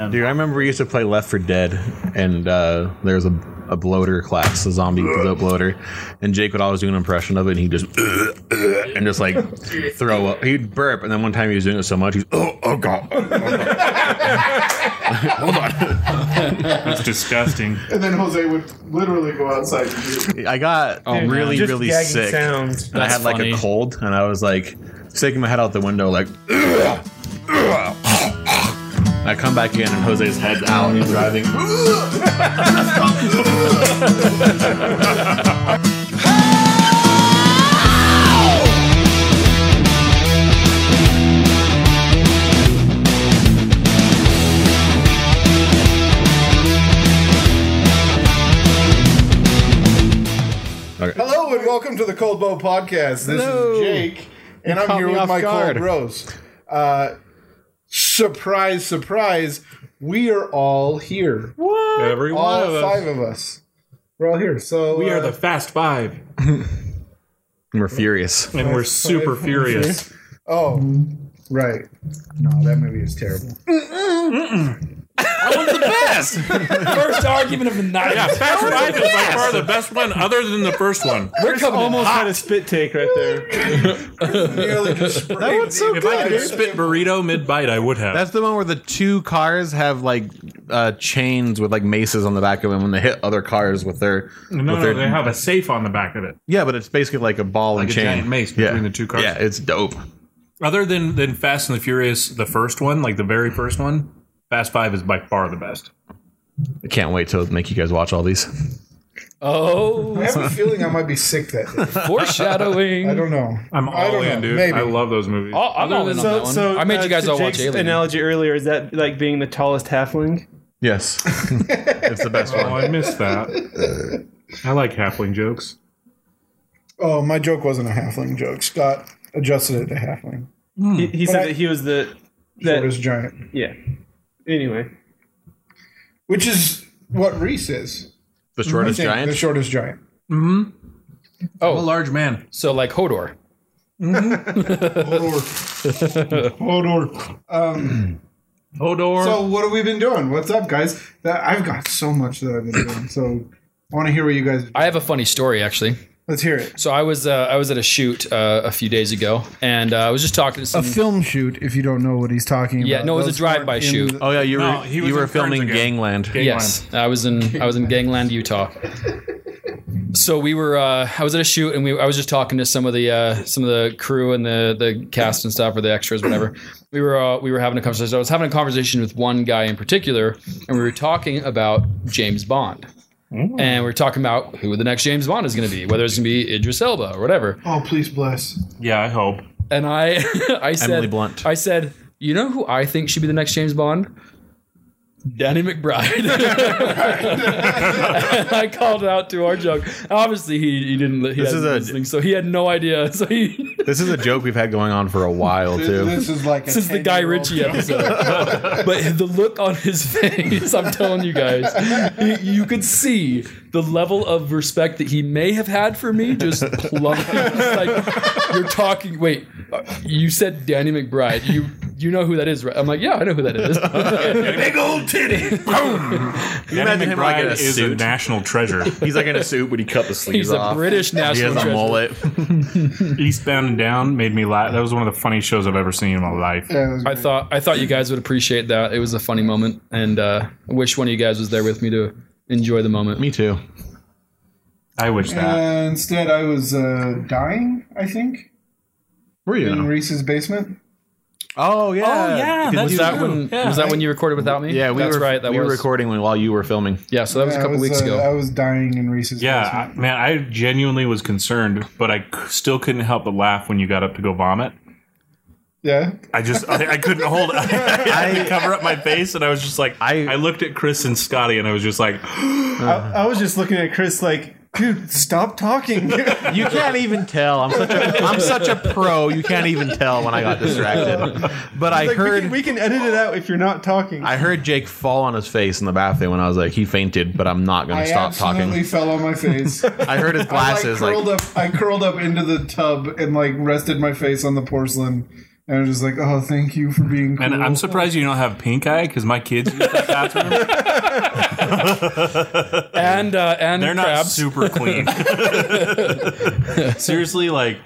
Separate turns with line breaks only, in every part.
Dude, I remember we used to play Left for Dead, and uh, there was a, a bloater class, a zombie bloater, and Jake would always do an impression of it, and he just and just like throw up. He'd burp, and then one time he was doing it so much, he's oh oh god, oh, God." hold on.
That's disgusting.
And then Jose would literally go outside. And do it.
I got really
Just
really
gagging
sick.
sounds.
And I
That's
had like
funny.
a cold, and I was like sticking my head out the window, like. I come back in, and Jose's head's out, and he's driving.
Hello and welcome to the Cold Bow Podcast. This is Jake, and I'm
caught
here
me
with
off
my
guard.
cold rose. Uh, surprise, surprise! We are all here.
Every one
all
of us.
Oh, five of us. We're all here. So
We are
uh,
the Fast Five,
And we're furious.
and we're super furious.
oh right. No, that movie is terrible.
First argument of the night.
Yeah, Fast Five is by far the best one, other than the first one.
Chris almost had a spit take right there.
Nearly just that
if I could spit burrito mid bite, I would have.
That's the one where the two cars have like uh, chains with like maces on the back of them, and they hit other cars with their.
no,
with
no,
their
they have a safe on the back of it.
yeah, but it's basically like a ball and
a
chain.
giant mace
Yeah.
between the two cars.
Yeah, it's dope.
Other than than Fast and the Furious, the first one, like the very first one, Fast Five is by far the best.
I can't wait to make you guys watch all these.
I
Oh,
have a feeling I might be sick that day. I
foreshadowing.
don't know.
I'm
I
all
don't
in,
know.
dude.
Maybe.
I love those movies.
Oh, I'm all in on that
So,
one.
so
I made
uh,
you guys
to
all watch
Jake's
Alien.
analogy earlier is that like being the tallest halfling?
Yes, it's the best
oh,
one.
I missed that. I like halfling jokes.
Oh, my joke wasn't a halfling joke. Scott adjusted it to halfling.
He, he said
I-
that he was the
It
that
was giant,
yeah. Anyway,
which is what Reese is.
The shortest
Think
giant.
The shortest giant.
I'm a large man.
So like Hodor.
Hodor.
So what have we been doing? What's up, guys? That I've got so much that I've been doing. So I want to hear what you guys.
I have a funny story actually.
Let's hear it.
So I was uh, I was at a shoot uh, a few days ago, and uh, I was just talking to some.
film shoot. If you don't know what he's talking
Yeah, no, it was a
Those
drive-by
aren't in
shoot.
the-
Oh yeah, you were
No, he was
you were
in Kerns
filming
again.
Gangland.
Gangland.
Yes, I was in I was in Gangland, Utah. So we were uh, I was at a shoot and we I was just talking to some of the uh, some of the crew and the the cast and stuff or the extras whatever. We were uh, we were having a conversation. I was having a conversation with one guy in particular and we were talking about James Bond. And we are talking about who the next James Bond is going to be, whether it's going to be Idris Elba or whatever.
Oh, please bless.
yeah, I hope.
And I I said
Emily Blunt.
I said, "You know who I think should be the next James Bond?" Danny McBride. And I called it out to our joke. Obviously, he, he didn't. He
This
this
is a-
listening, so he had no idea. So he
This is a joke we've had going on for a while too.
This is like
this is the Guy Ritchie episode. but the look on his face, I'm telling you guys, you- you could see the level of respect that he may have had for me just plummeted. It's like you're talking. Wait, uh, you said Danny McBride. You you know who that is, right? I'm like, yeah, I know who that is.
Big old titty.
you
Danny
imagine him like in
McBride
a
is a
suit?
national treasure.
He's like in a suit, but he cut the sleeves
He's a
off.
British
he
national
has a
treasure.
mullet.
Eastbound and Down made me laugh. That was one of the funniest shows I've ever seen in my life.
I thought I thought you guys would appreciate that. It was a funny moment, and uh, I wish one of you guys was there with me to enjoy the moment.
Me too.
I wish that.
Uh, instead, I was uh, dying. I think
Were you?
in Reese's basement.
Oh yeah. Oh yeah.
Was that when was that when you recorded without me?
Yeah, we
that's
were
right. That
we
was
were recording while you were filming.
yeah. So that was a
I
couple weeks
uh,
ago.
I was dying in Reese's.
Yeah, I, man, I genuinely was concerned, but I c- still couldn't help but laugh when you got up to go vomit.
basement.
I just, I, I couldn't hold it. I had to cover up my face, and I was just like,
I-
I, looked at Chris and Scotty, and I was just like,
I, I was just looking at Chris like, dude,
Stop talking.
You can't even tell. I'm such a I'm such a pro. You can't even tell when I got distracted. But I
like, we,
heard
can, we can edit it out if you're not talking.
I heard Jake fall on his face in the bathroom when I was like, he fainted, but I'm not gonna
I
stop
absolutely
talking.
fell on my face.
I heard his
I
glasses like,
curled up. I curled up into the tub and like rested my face on the porcelain
And I'm just like, oh, thank you for being cool.
And I'm surprised you don't have pink eye because my kids use that bathroom.
and uh, and
They're not
crabs.
super clean. Seriously, like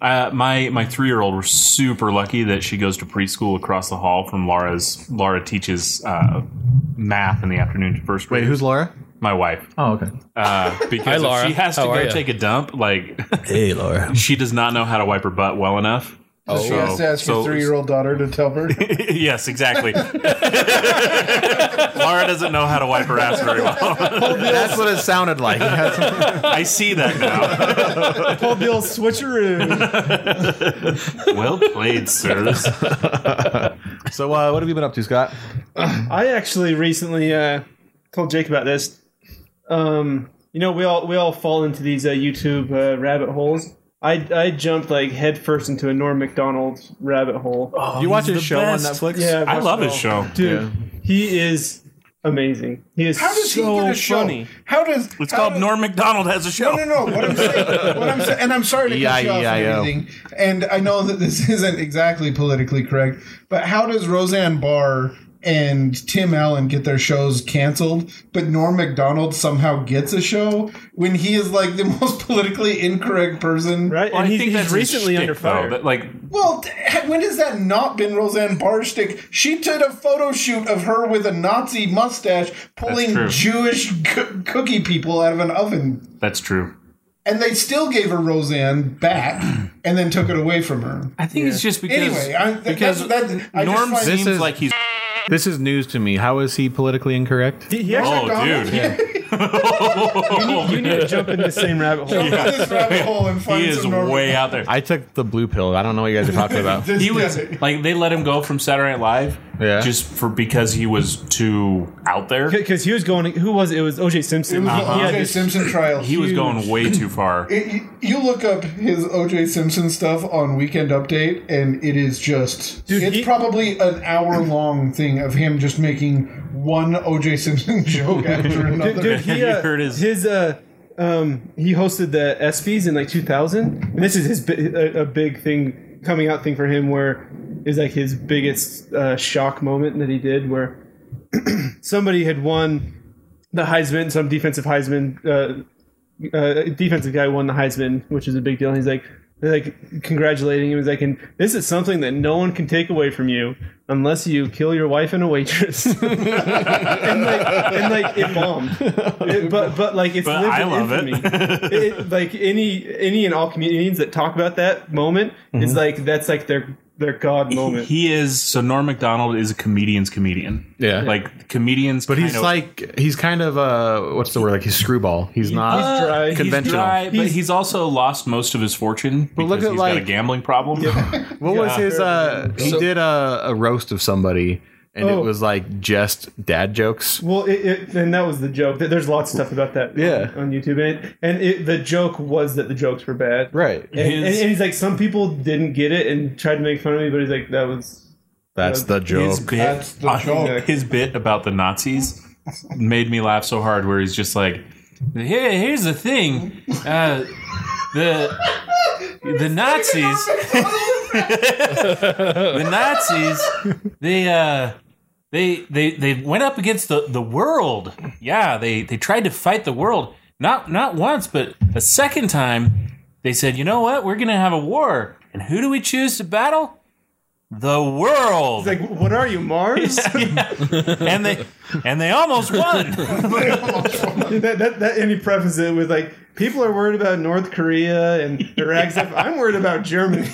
uh, my my three year old was super lucky that she goes to preschool across the hall from Laura's. Laura teaches uh, math in the afternoon to first grade.
Wait, who's Laura?
my wife?
Oh, okay.
Uh, because if
Laura.
she has to
How are
go
ya?
take a dump. Like
Hey, Laura.
she does not know how to wipe her butt well enough.
Oh, She has to ask
so-
her three year old daughter to tell her.
yes, exactly. Laura doesn't know how to wipe her ass very well.
That's what it sounded like.
I see that now.
Paul Bill switcheroo.
Well played, sirs.
so, uh, what have you been up to, Scott?
I actually recently uh, told Jake about this. Um, you know, we all we all fall into these uh, YouTube uh, rabbit holes. I, I jumped like headfirst into a Norm Macdonald rabbit hole.
you watch his
the
show
best.
on Netflix?
Oh, Yeah,
I
watched
love
it
his
all.
show.
Dude, he is amazing. He is
How does
so
he get a show?
funny.
How does
It's
how
called
does-
Norm Macdonald has a show.
No, no, no. What I'm saying, what I'm saying, and I'm sorry to cut you off and
E-I-E-I-O.
everything. And I know that this isn't exactly politically correct, but how does Roseanne Barr and Tim Allen get their shows canceled, but Norm Macdonald somehow gets a show when he is like the most politically incorrect person?
Right?
Well,
and
I
he,
think
he's
that's his
recently
shtick,
under
though,
fire.
that, like,
Well, d- when has that not been Roseanne Barr's shtick? She did a photo shoot of her with a Nazi mustache pulling
true.
Jewish coo- cookie people out of an oven.
that's true.
and they still gave her Roseanne back and then took it away from her.
I think it's just because
Anyway, I, th-
because
that's, that's, I
Norm
just find
This
seems
is-
like he's.
This is news to me. How is he politically incorrect?
he, he actually
Oh, dude.
you need to jump in the same rabbit hole.
this rabbit hole and find
He is
some Norm.
way out there.
I took the blue pill. I don't know what you guys are talking about.
This
he was
guy.
like they let him go from Saturday Night Live
Yeah.
just for because he was too out there.
Because he was going, who was it? It was OJ
It
Simpson.
was
uh-huh.
Uh-huh.
He
the
had
O.J.
this-
Simpson trial.
He was going way too far.
It- you- you look up his O.J. Simpson stuff on Weekend Update, and it is just.
Dude,
it's
he-
probably an hour long thing of him just making one O.J. Simpson joke after another.
dude, he
You
uh,
heard his-
uh, um, he hosted the ESPYS in like 2000, and this is his bi- a, a big thing coming out thing for him, where is like his biggest uh, shock moment that he did, where somebody had won the Heisman, some defensive Heisman, uh, uh, defensive guy won the Heisman, which is a big deal. And he's like. They're like congratulating him. He's like, and this is something that no one can take away from you unless you kill your wife and a waitress. and like, and like it bombed. It- but but like it's
But
lived
I
in
love it.
infamy. It- Like any any and all comedians that talk about that moment is like that's like their their god moment.
Mm-hmm. He is so Norm Macdonald is a comedian's comedian.
Yeah.
like comedians, but
He's like he's kind of uh what's the word like he's screwball. He's not
dry. he's
conventional.
Dry, but
He's-
he's also lost most of his fortune because
look
he's
at,
got
like-
a gambling problem.
What was his? uh He
So-
did a, a roast of somebody, and
Oh.
it was like just dad jokes.
Well, it, it, and that was the joke. There- There's lots of stuff about that
Yeah.
on YouTube, and and it, the joke was that the jokes were bad.
Right.
And, and,
His-
and he's like, some people didn't get it and tried to make fun of me, but he's like, that was
That's the
His
joke.
bit,
That's the joke.
his bit about the Nazis made me laugh so hard. Where he's just like, "Here, here's the thing, uh, the the Nazis, the Nazis, they uh, they they they went up against the the world. Yeah, they they tried to fight the world. Not not once, but a second time. They said, you know what? We're gonna have a war, and who do we choose to battle? The world.
like, what are you, Mars?
and they and they almost won.
that, that, that, and he prefaced it with like, people are worried about North Korea and Iraq stuff. I'm worried about Germany.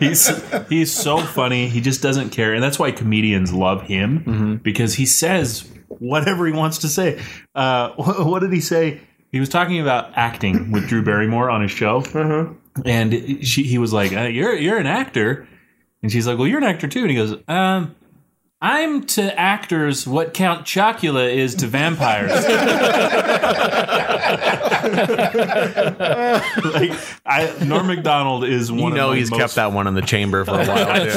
he's he's so funny. He just doesn't care, and that's why comedians love him
Mm-hmm.
because he says whatever he wants to say. Uh, wh- what did he say? He was talking about acting with Drew Barrymore on his show,
Uh-huh.
and she, he was like, uh, "You're you're an actor," and she's like, "Well, you're an actor too," and he goes, um. I'm to actors what Count Chocula is to vampires. like, I, Norm Macdonald is one
You know
of my
he's
most Oh,
kept that one in the chamber for a while. dude.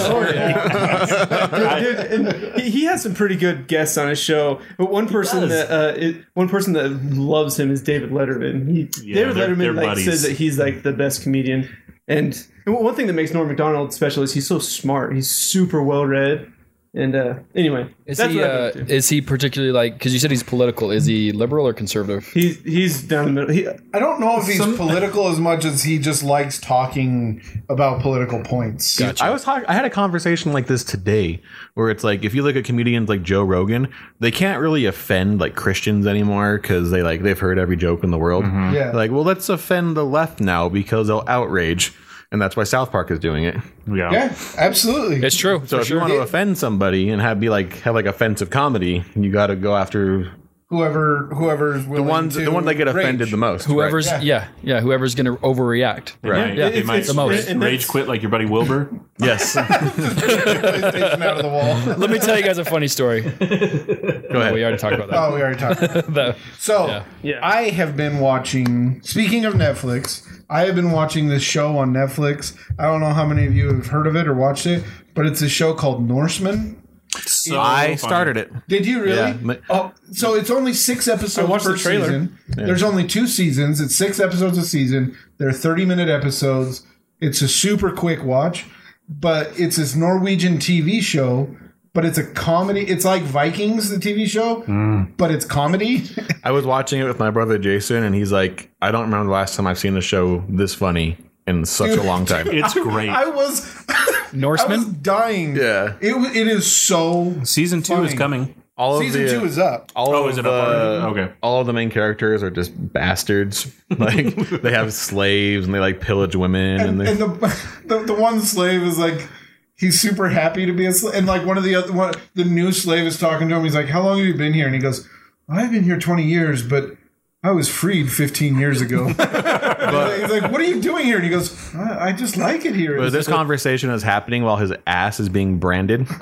Dude, and he- he has some pretty good guests on his show, but one person
does.
that uh, it, one person that loves him is David Letterman. He, David
they're-
Letterman
they're
like,
buddies.
says that he's like the best comedian. And, and one thing that makes Norm Macdonald special is he's so smart. He's super well read. And uh, anyway,
Is
that's
he
what I
uh,
think, too.
is he particularly like because you said he's political? Is he liberal or conservative?
He's he's down the middle. He,
I don't know if he's political as much as he just likes talking about political points.
I was talk- I had a conversation like this today where it's like if you look at comedians like Joe Rogan, they can't really offend like Christians anymore because they like they've heard every joke in the world.
Yeah.
Like, well, let's offend the left now because they'll outrage, and that's why South Park is doing it.
Yeah.
yeah, absolutely.
It's true.
So
for
if
sure.
you want to offend somebody and have be like have like offensive comedy, you got to go after
whoever whoever's willing
the ones
to
the ones that get
rage.
offended the most.
whoever's
right?
yeah. yeah whoever's going to overreact.
Right.
Right.
Yeah,
they
it's-
might
it's the most.
rage, rage quit like your buddy Wilbur.
yes.
PlayStation out of the wall.
Let me tell you guys a funny story. we
go ahead.
already talked about that.
Oh, we already talked. About
The-
that. So
Yeah.
I have been watching. Speaking of Netflix, I have been watching this show on Netflix. I don't know how many of you have heard of it or watched it, but it's a show called Norseman.
So
I
funny.
started it.
Did you really?
Yeah, but-
Oh, so it's only six episodes
I watched
per
the trailer.
season. There's only two seasons. It's six episodes a season. They're 30 minute episodes. It's a super quick watch, but it's this Norwegian TV show. But it's a comedy. It's like Vikings, the TV show,
Mm.
but it's comedy.
I was watching it with my brother Jason, and he's like, I don't remember the last time I've seen a show this funny in such a long time.
It's great.
I was, I was
Norseman.
dying.
Yeah.
it wa- it is so.
Season two
funny.
is coming.
All of
Season
the- uh,
two is up.
all
Oh,
of
is it
the,
up already? Okay.
All of the main characters are just bastards. Like they have slaves and they like pillage women and, they,
and the, the the one slave is like he's super happy to be a slave and like one of the other one the new slave is talking to him he's like how long have you been here and he goes i've been here 20 years but i was freed 15 years ago but he's like what are you doing here and he goes i, I just like it here
But this conversation is happening while his ass is being branded. he's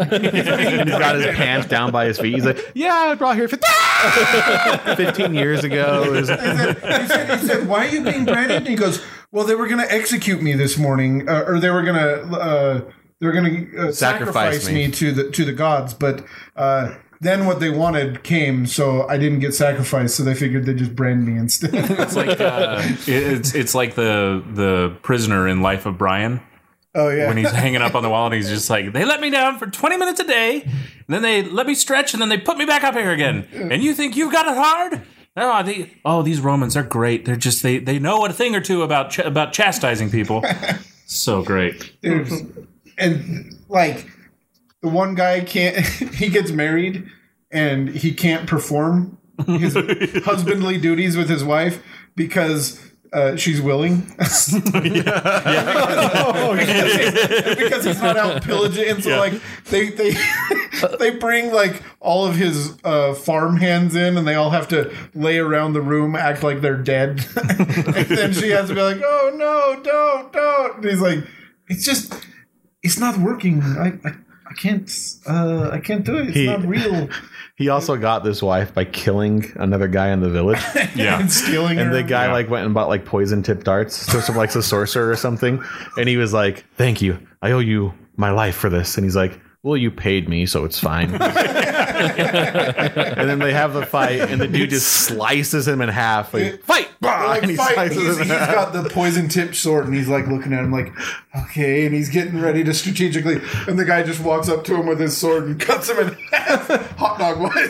got his pants down by his feet. He's like, "Yeah, I was brought here 15, 15 years ago." It was-
he, said, he said why are you being branded and he goes well they were going to execute me this morning uh, or they were going to uh, they were going to uh,
Sacrifice
sacrifice
me.
me to the to the gods, but uh, then what they wanted came, so I didn't get sacrificed. So they figured they'd just brand me instead.
It's like uh, it- it's it's like the the prisoner in Life of Brian
oh yeah,
when he's hanging up on the wall and he's just like, they let me down for 20 minutes a day, and then they let me stretch, and then they put me back up here again. And you think you've got it hard? Oh, they, oh, these Romans are great. They're just they they know a thing or two about ch- about chastising people. so great.
There's- and like the one guy can't. he gets married and he can't perform his husbandly duties with his wife because. Uh, she's willing because he's not out pillaging. And so, like, they they they bring like all of his uh, farm hands in, and they all have to lay around the room, act like they're dead. and then she has to be like, "Oh no, don't, don't!" And he's like, "It's just, it's not working. I, I, I can't, uh, I can't do it. It's
He-
not real."
he also got this wife by killing another guy in the village.
Yeah.
and stealing
And
her.
the guy like went and bought like poison tip darts, so some like a sorcerer or something. And he was like, "Thank you, I owe you my life for this." And he's like, "Well, you paid me, so it's fine." and then they have the fight, and the dude just slices him in half. Like, fight! Bah!
Like,
and he
fight.
slices
He's-
him in
he's
half.
got the poison tip sword and he's like looking at him like, okay, and he's getting ready to strategically. And the guy just walks up to him with his sword and cuts him in half, hot dog wise.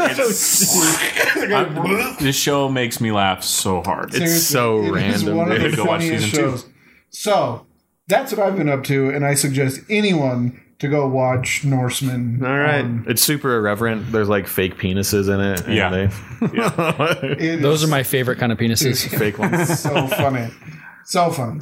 The guy-
This show makes me laugh so hard.
It's so
Seriously, it is
random,
one of
dude.
the
Go watch
funniest
season two.
shows. So that's what I've been up to, and I suggest anyone to go watch Norseman.
all right.
um,
It's super irreverent. There's like fake penises in it. and
Yeah.
they-
It
Those
is
are my favorite kind of penises.
fake ones.
so funny. So funny.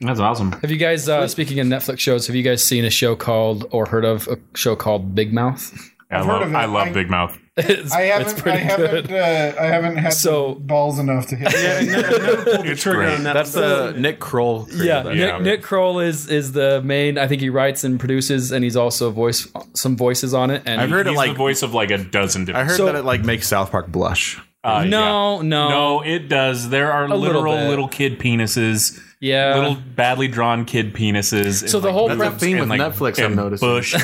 That's awesome.
Have you guys, uh, speaking of Netflix shows, have you guys seen a show called or heard of a show called Big Mouth?
I
heard
love
of it.
I love
I-
Big Mouth.
It's,
I
it's
haven't. I
pretty
haven't.
good.
Uh, I haven't had
So-
balls enough to hit.
It's
Trigger
great.
on that.
That's the Nick Kroll. created
Yeah,
that.
Nick,
Yeah.
Nick Kroll is is the main. I think he writes and produces, and he's also voice some voices on it. And
I've heard it
He's
like
the voice of like a dozen different.
I heard
So-
that it like makes South Park blush.
Uh, yeah.
no, no,
No, it does. There are
little
literal
bit.
little kid penises
Yeah.
little badly drawn kid penises. and,
So the whole-
boobs
That's a
and,
theme
with Netflix, I've
and
noticed.
Bush,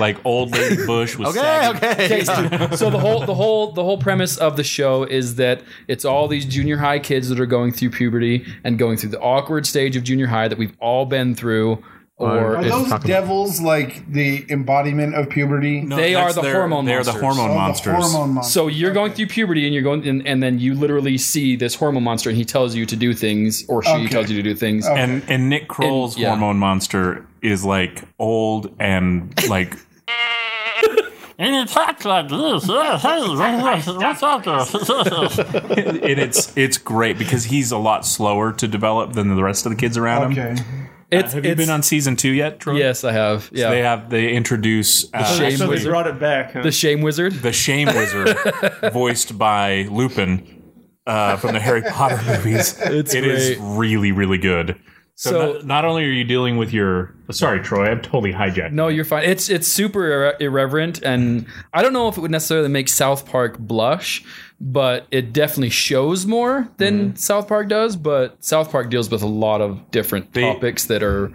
like old lady Bush was
Okay,
sagging.
okay.
so the whole the whole the whole premise of the show is that it's all these junior high kids that are going through puberty and going through the awkward stage of junior high that we've all been through or
Are
if-
those devils like the embodiment of puberty?
No,
They
that's
are the
their-
hormone
They are the
monsters.
hormone
Oh, the
monsters.
hormone monsters.
so you're going through puberty and you're going and, and then you literally see this hormone monster and he tells you to do things or she
Okay.
tells you to do things
And and Nick Kroll's
And- yeah.
hormone monster is like old and like
And it talks like this. What's up there?
and it's it's great because he's a lot slower to develop than the rest of the kids around him.
okay.
it's,
Have you
it's-
been on season two yet, Troy?
yes i have yeah
They have they introduce uh,
shame
So they
wizard.
brought it back. Huh?
the shame wizard
the Shame Wizard, voiced by Lupin uh, from the Harry Potter movies. It's
great.
really really good. So,
So-
not, not only are you dealing with your sorry Troy, I'm totally hijacked.
No, you're fine. It's it's super irre- irreverent, and I don't know if it would necessarily make South Park blush, but it definitely shows more
Mm-hmm.
than South Park does. But South Park deals with a lot of different
They-
topics that are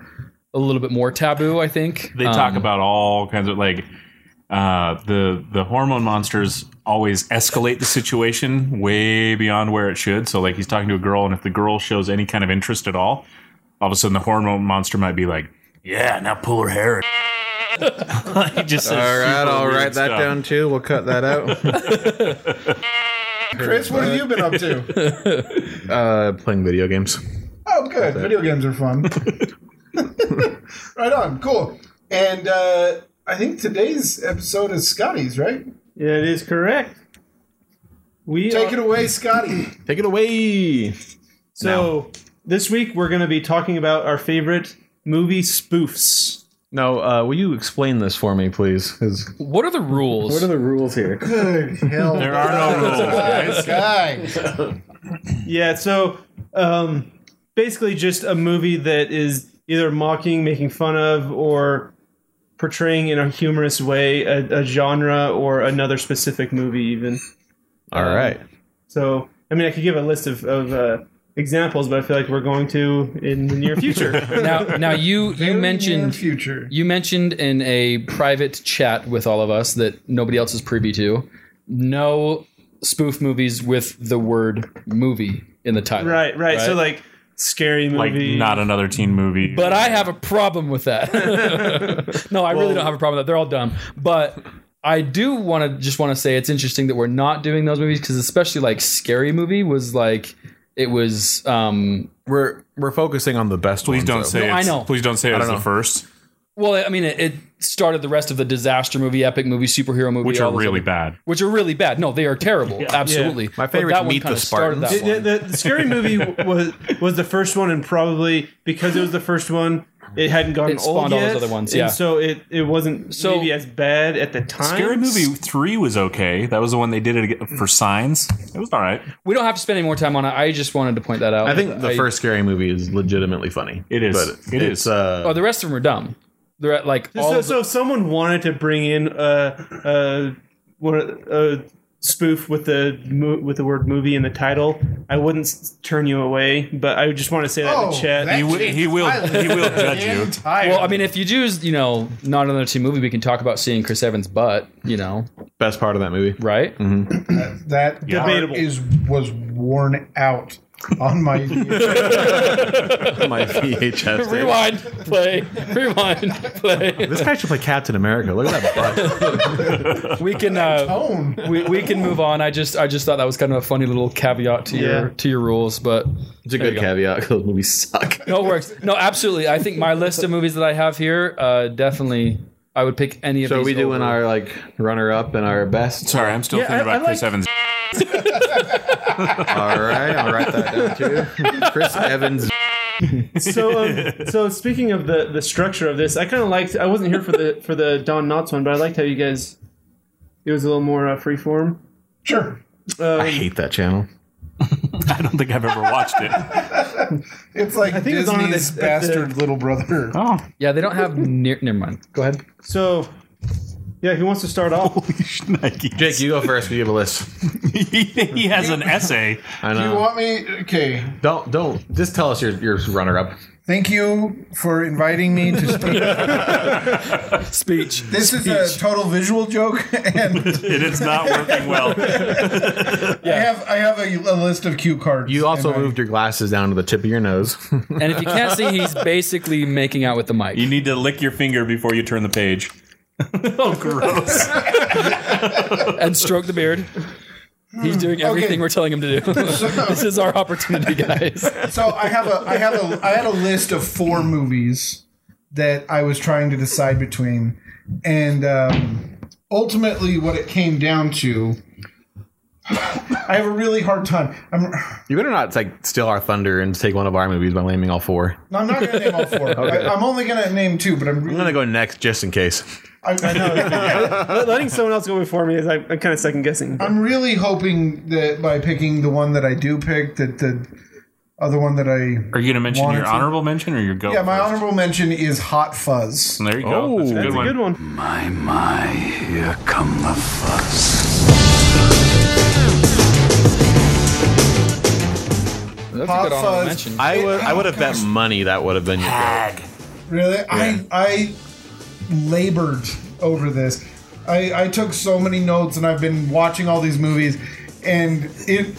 a little bit more taboo. I think
they talk
Um,
about all kinds of like uh, the the hormone monsters always escalate the situation way beyond where it should. So like he's talking to a girl, and if the girl shows any kind of interest at all, all of a sudden the hormone monster might be like, "Yeah, now pull her hair." he just says
all right,
super
I'll
weird
write that
stuff.
down too. We'll cut that out.
Chris, what have you been up to?
uh, playing video games.
Oh, good. Video games are fun. right on. Cool. And uh, I think today's episode is Scotty's, right?
Yeah, it is correct. We
Take
are-
it away, Scotty.
Take it away.
so this week we're going to be talking about our favorite movie spoofs.
Now, uh, will you explain this for me, please? 'Cause
what are the rules.
What are the rules here?
Good hell.
There are no rules, guys.
Guy.
Yeah, so um, basically just a movie that is either mocking, making fun of, or portraying in a humorous way a, a genre or another specific movie, even.
All right.
So, I mean, I could give a list of, of uh, examples, but I feel like we're going to in the near future.
now, now you you
Near
mentioned
future.
you mentioned in a private chat with all of us that nobody else is privy to. No spoof movies with the word "movie" in the title.
right, right, So,
Right.
like, scary
Like
movie.
not another teen movie,
But I have a problem with that. no, I really don't have a problem with that. They're all dumb. But I do want to just want to say it's interesting that we're not doing those movies because especially like Scary Movie was like it was. um
We're we're focusing on the best
Please
ones.
don't
though.
say.
No, I
it's,
know.
Please don't say it was
know.
the first,
Well, I mean, it, it started the rest of the disaster movie, epic movie, superhero movie,
which
all
are
those
really
other-
bad.
which are really bad. No, they are terrible. Absolutely.
My
But
favorite's
that one
Meet the
kinda started that
Spartans.
one.
The, the- the scary movie was was the first one, and probably because it was the first one, it hadn't gotten
It
old
spawned all
yet.
those other ones, yeah.
and so it, it wasn't
So-
maybe as bad at the time.
Scary Movie Three was okay. That was the one they did it ag- for Signs. It was all right.
We don't have to spend any more time on it. I just wanted to point that out.
I think the
I-
first scary movie is legitimately funny.
It is.
But
It
it's,
is.
Oh,
Uh,
the rest of them are dumb. They're at like all
So,
of the-
so if someone wanted to bring in a a, a spoof with the mo- with the word movie in the title, I wouldn't s- turn you away. But I just want to say that in
Oh,
the chat.
that
He, w- he will. He will judge you.
Well, I mean, if you choose, you know, not another team movie, we can talk about seeing Chris Evans' butt, you know,
best part of that movie.
right?
that
Debatable.
debatable is was worn out on my
My VHS. tape.
Rewind, play, rewind, play.
This guy should play Captain America. Look at that butt.
We can uh,
phone.
we, we can move on. I just I just thought that was kind of a funny little caveat to
Yeah.
your to your rules, but
It's a
There
good
you go.
caveat because those movies suck.
no it works. No, absolutely. I think my list of movies that I have here, uh, definitely I would pick any of
So
these.
we doing
over.
our like runner up and our best.
Sorry, I'm still thinking
I-
about
I
Chris
like-
Evans.
All right, I'll write that down too. Chris Evans.
so um, so speaking of the the structure of this, I kind of liked. I wasn't here for the for the Don Knotts one, but I liked how you guys. It was a little more uh, freeform. Um,
Sure.
I hate that channel.
I don't think I've ever watched it.
It's like
think it's on at
Disney's
the- at the-
bastard little brother.
Oh,
Yeah, they don't have near never mind. Go ahead.
So Yeah, who wants to start off?
Holy shnikes.
Jake, you go first. We have a list.
he, he has an essay.
I
Do
know.
you want me? Okay.
don't don't just tell us your your runner up.
Thank you for inviting me to speak.
Speech.
This is a total visual joke, and
It is not working well.
I have I have a, a list of cue cards.
You also
and I-
moved your glasses down to the tip of your nose.
And if you can't see, he's basically making out with the mic.
You need to lick your finger before you turn the page. oh, gross.
and stroke the beard. He's doing everything we're telling him to do. this is our opportunity, guys.
So I have a I have a I had a list of four movies that I was trying to decide between, and um, ultimately what it came down to. I have a really hard time. I'm
you better not like steal our thunder and take one of our movies by naming all four.
no, I'm not going to name all four. I, am only going to name two, but I'm
I'm
really.
gonna go next just in case.
I, I know.
Let- Letting someone else go before me is I, I'm kind of second guessing.
I'm really hoping that by picking the one that I do pick, that the other one that I
Are you going to mention
Wanted
your
to.
honorable mention or your go?
yeah, my
first?
honorable mention is Hot Fuzz.
There you go. Oh. That's a good
That's a
one.
good one.
My, my, here come the fuzz.
That's
Hot
a good honorable
fuzz.
mention.
I would I would have bet money that would have been your
Really, I I labored over this. I, I took so many notes, and I've been watching all these movies, and it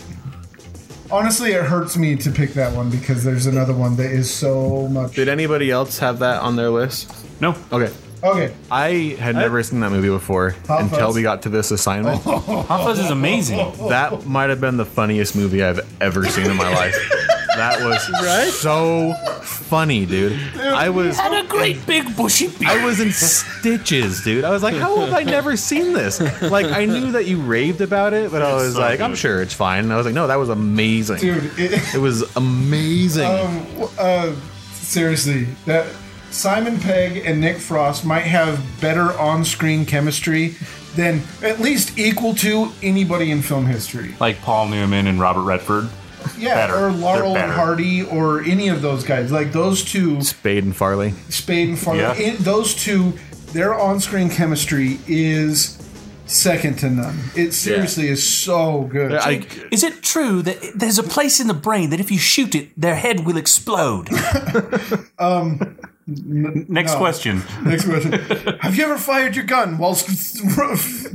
honestly it hurts me to pick that one because there's another one that is so much.
Did anybody else have that on their list?
No.
Okay.
Okay,
I had never seen that movie before
Hot
until
Fuzz.
we got to this assignment.
Hot Fuzz is amazing.
That might have been the funniest movie I've ever seen in my life. That was so funny, dude. I was
And a great big bushy beard.
I was in stitches, dude. I was like, how have I never seen this? Like, I knew that you raved about it, but I was
so
like, I'm
good.
sure it's fine. And I was like, no, that was amazing.
dude. It,
It was amazing.
um, w- uh, seriously, that Simon Pegg and Nick Frost might have better on-screen chemistry than at least equal to anybody in film history.
Like Paul Newman and Robert Redford.
Yeah,
better.
or Laurel
They're better.
and Hardy or any of those guys. Like those two,
Spade and Farley.
Spade and Farley,
Yeah.
in, those two, their on-screen chemistry is second to none. It seriously is so good.
I,
Is it true that there's a place in the brain that if you shoot it, their head will explode?
Next
Um, No.
question.
Next question: Have you ever fired your gun whilst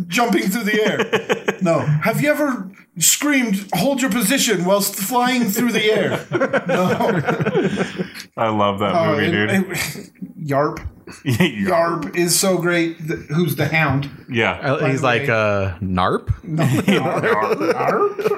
jumping through the air? No. Have you ever screamed "Hold your position" whilst flying through the air? No.
I love that
Oh,
movie,
and-
dude.
and- yarp.
yeah.
Yarp is so great. Th- who's the hound?
yeah.
he's
the way-
like, uh, NARP?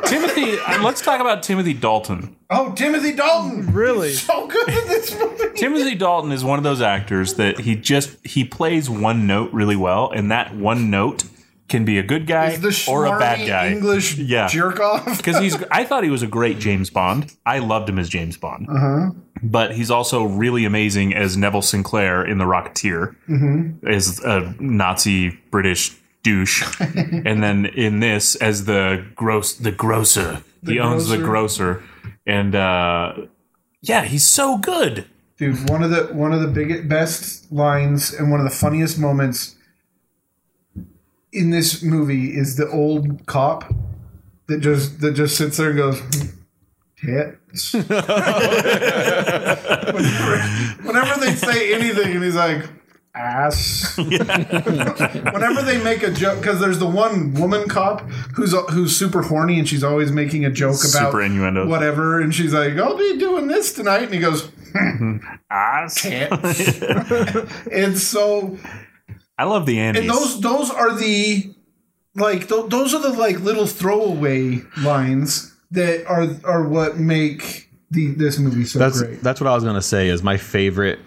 Timothy, uh, let's talk about Timothy Dalton.
Oh, Timothy Dalton.
Really?
so good in this movie.
Timothy Dalton is one of those actors that he just he plays one note really well, and that one note can be a good guy
He's the
or a bad
schmarmy
guy.
English
Yeah.
jerk off.
because he's I thought he was a great James Bond. I loved him as James Bond.
Uh-huh.
But he's also really amazing as Neville Sinclair in The Rocketeer,
Mm-hmm.
as a Nazi British douche, and then in this as the gross the grocer. he owns the grocer, and uh, yeah, he's so good.
Dude, one of the one of the biggest best lines and one of the funniest moments in this movie is the old cop that just that just sits there and goes tits. whenever, whenever they say anything and he's like ass. whenever they make a joke cuz there's the one woman cop who's who's super horny and she's always making a joke about
Super innuendos.
whatever and she's like I'll be doing this tonight and he goes and so
I love the Andes.
and those those are the like th- those are the like little throwaway lines that are are what make the this movie so
That's
great.
that's what I was gonna say. Is my favorite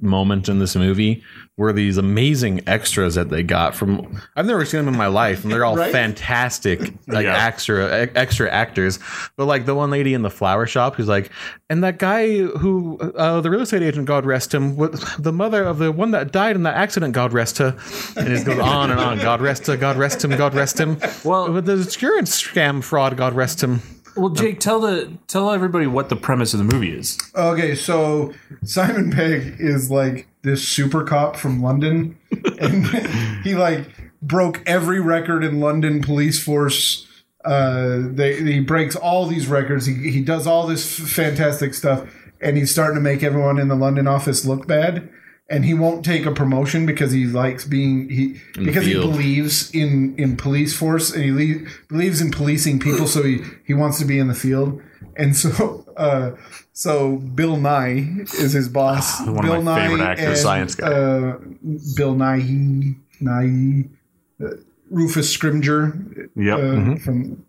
moment in this movie were these amazing extras that they got from. I've never seen them in my life, and they're all
Right?
fantastic, like
Yeah.
extra e- extra actors. But like the one lady in the flower shop who's like, and that guy who uh, the real estate agent, God rest him, was the mother of the one that died in that accident, God rest her, and it goes on and on, God rest her, God rest him, God rest him. Well, with the insurance scam fraud, God rest him.
well, Jake, tell the tell everybody what the premise of the movie is.
Okay, so Simon Pegg is like this super cop from London, and he like broke every record in London police force. Uh, they, he breaks all these records. He, he does all this f- fantastic stuff, and he's starting to make everyone in the London office look bad. And he won't take a promotion because he likes being he because he
field.
believes in in police force and he le- believes in policing people. So he he wants to be in the field. And so uh, so Bill Nye is his boss.
of
Bill
my favorite actors,
and,
science guy.
Uh, Bill Nye Nye Rufus Scrimger
Yep.
uh, from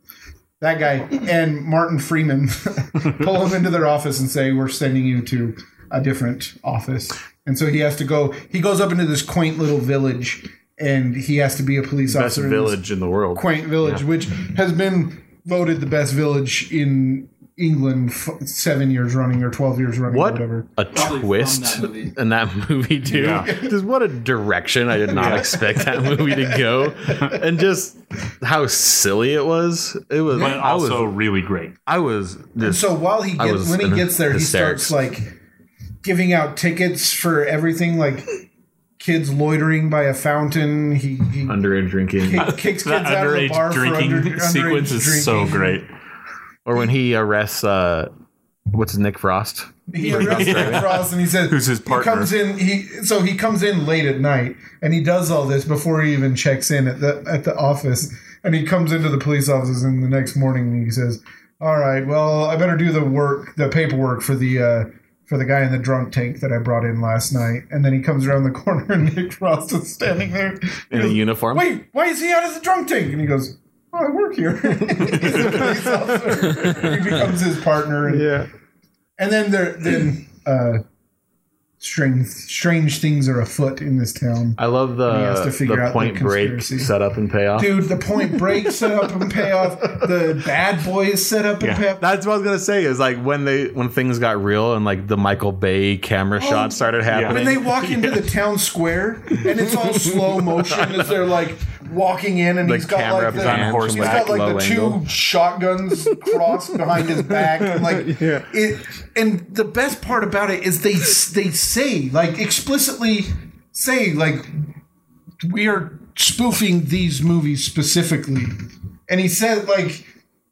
that guy and Martin Freeman pull him into their office and say, "We're sending you to a different office." And so he has to go. He goes up into this quaint little village, and he has to be a police
Best
officer. in this
village in the world.
quaint village, which has been voted the best village in England f- seven years running or twelve years running. Or
What
whatever.
a
Probably from
twist
that movie.
in that movie, dude. Just what a direction I did not expect that movie to go. And just how silly it was. It was
But
I was
also really great.
I was just
So while he
I
gets
was
when he
in
gets there,
hysterics.
he starts like giving out tickets for everything, like kids loitering by a fountain. He, he
underage drinking.
kick- kicks
That
kids out of the bar
underage drinking
for under,
sequence
underage
is
drinking.
so great.
Or when he arrests uh what's his Nick Frost?
He arrests Nick Frost and he says,
Who's his partner.
He comes in. He so he comes in late at night and he does all this before he even checks in at the at the office. And he comes into the police office and the next morning and he says, "All right, well, I better do the work, the paperwork for the." Uh, for the guy in the drunk tank that I brought in last night, and then he comes around the corner and Nick Frost is standing there.
In a uniform.
Wait, why is he out of the drunk tank? And he goes, "Oh, I work here." He's a police officer. He becomes his partner, and
Yeah.
and then there then uh strange strange things are afoot in this town.
I love the,
He has to figure out
the
the
point break
conspiracy.
setup and payoff.
Dude, the point break set up and payoff, the bad boys set up and payoff.
That's what I was gonna say. Is like when they when things got real and like the Michael Bay camera shots started happening.
Oh, when they walk into the town square and it's all slow motion as they're like walking in and
The
he's got
camera
like the,
pan
he's
from
got
back,
like
low
the two
angle.
shotguns crossed behind his back and like
Yeah.
it and the best part about it is they they say like explicitly say like we are spoofing these movies specifically and he said like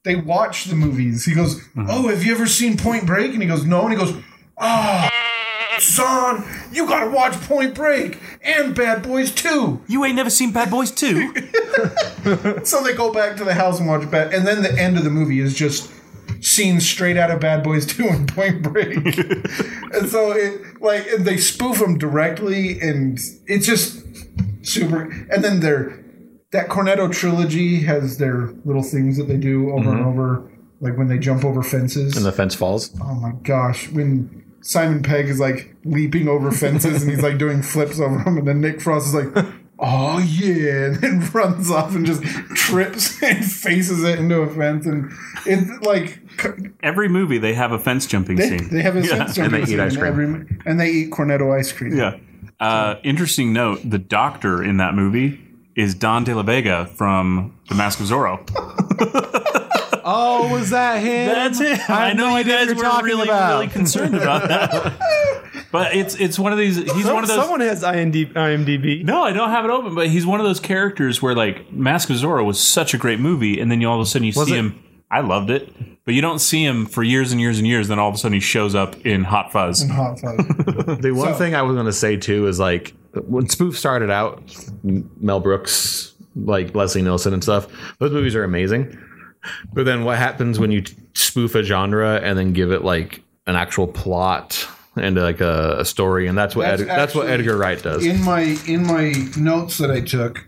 they watch the movies. He goes, "Oh, have you ever seen Point Break?" And he goes, "No." And he goes, "Ah, son, you gotta watch Point Break and Bad Boys too."
You ain't never seen Bad Boys 2.
So they go back to the house and watch Bad, and then the end of the movie is just scenes straight out of Bad Boys Two and Point Break. and so it like and they spoof them directly, and it's just super. And then their that Cornetto trilogy has their little things that they do over and over. Like when they jump over fences
the fence falls.
Oh my gosh, when Simon Pegg is like leaping over fences and he's like doing flips over them, and then Nick Frost is like, oh yeah, and then runs off and just trips and faces it into a fence. And it's like c-
Every movie they have a fence jumping scene.
they have a
Yeah,
sense
and they eat ice cream.
and they eat Cornetto ice cream.
Yeah. Uh, interesting note: the doctor in that movie is Don De La Vega from The Mask of Zorro.
Oh, was that him?
That's it. I, know you guys
you're
were
talking
really,
about.
really concerned about that. but it's it's one of these. He's one of those.
Oh, Someone has IMD, IMDb.
No, I don't have it open. But he's one of those characters where like Mask of Zorro was such a great movie, and then you all of a sudden you see
it?
him. I loved it, but you don't see him for years and years and years. Then all of a sudden he shows up in Hot Fuzz.
Hot fudge.
The one
So-
thing I was going to say too is like when Spoof started out, M- Mel Brooks, like Leslie Nielsen and stuff, those movies are amazing. But then what happens when you t- spoof a genre and then give it like an actual plot and like a, a story? And that's what
That's
Ed, that's what
actually-
Edgar Wright does.
in my in my notes that I took,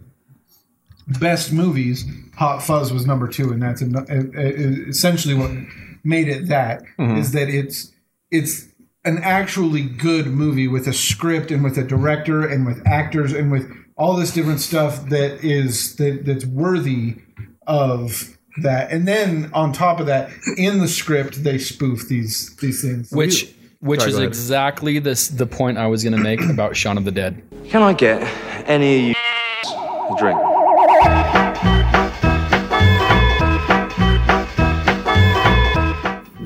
best movies, Hot Fuzz was number two, and that's en- e- e- essentially what made it that is that it's it's an actually good movie with a script and with a director and with actors and with all this different stuff that is that that's worthy of that. And then on top of that, in the script, they spoof these these things.
which which
Sorry,
is
go ahead.
exactly this the point I was going to make about Shaun of the Dead.
Can I get any of you a drink?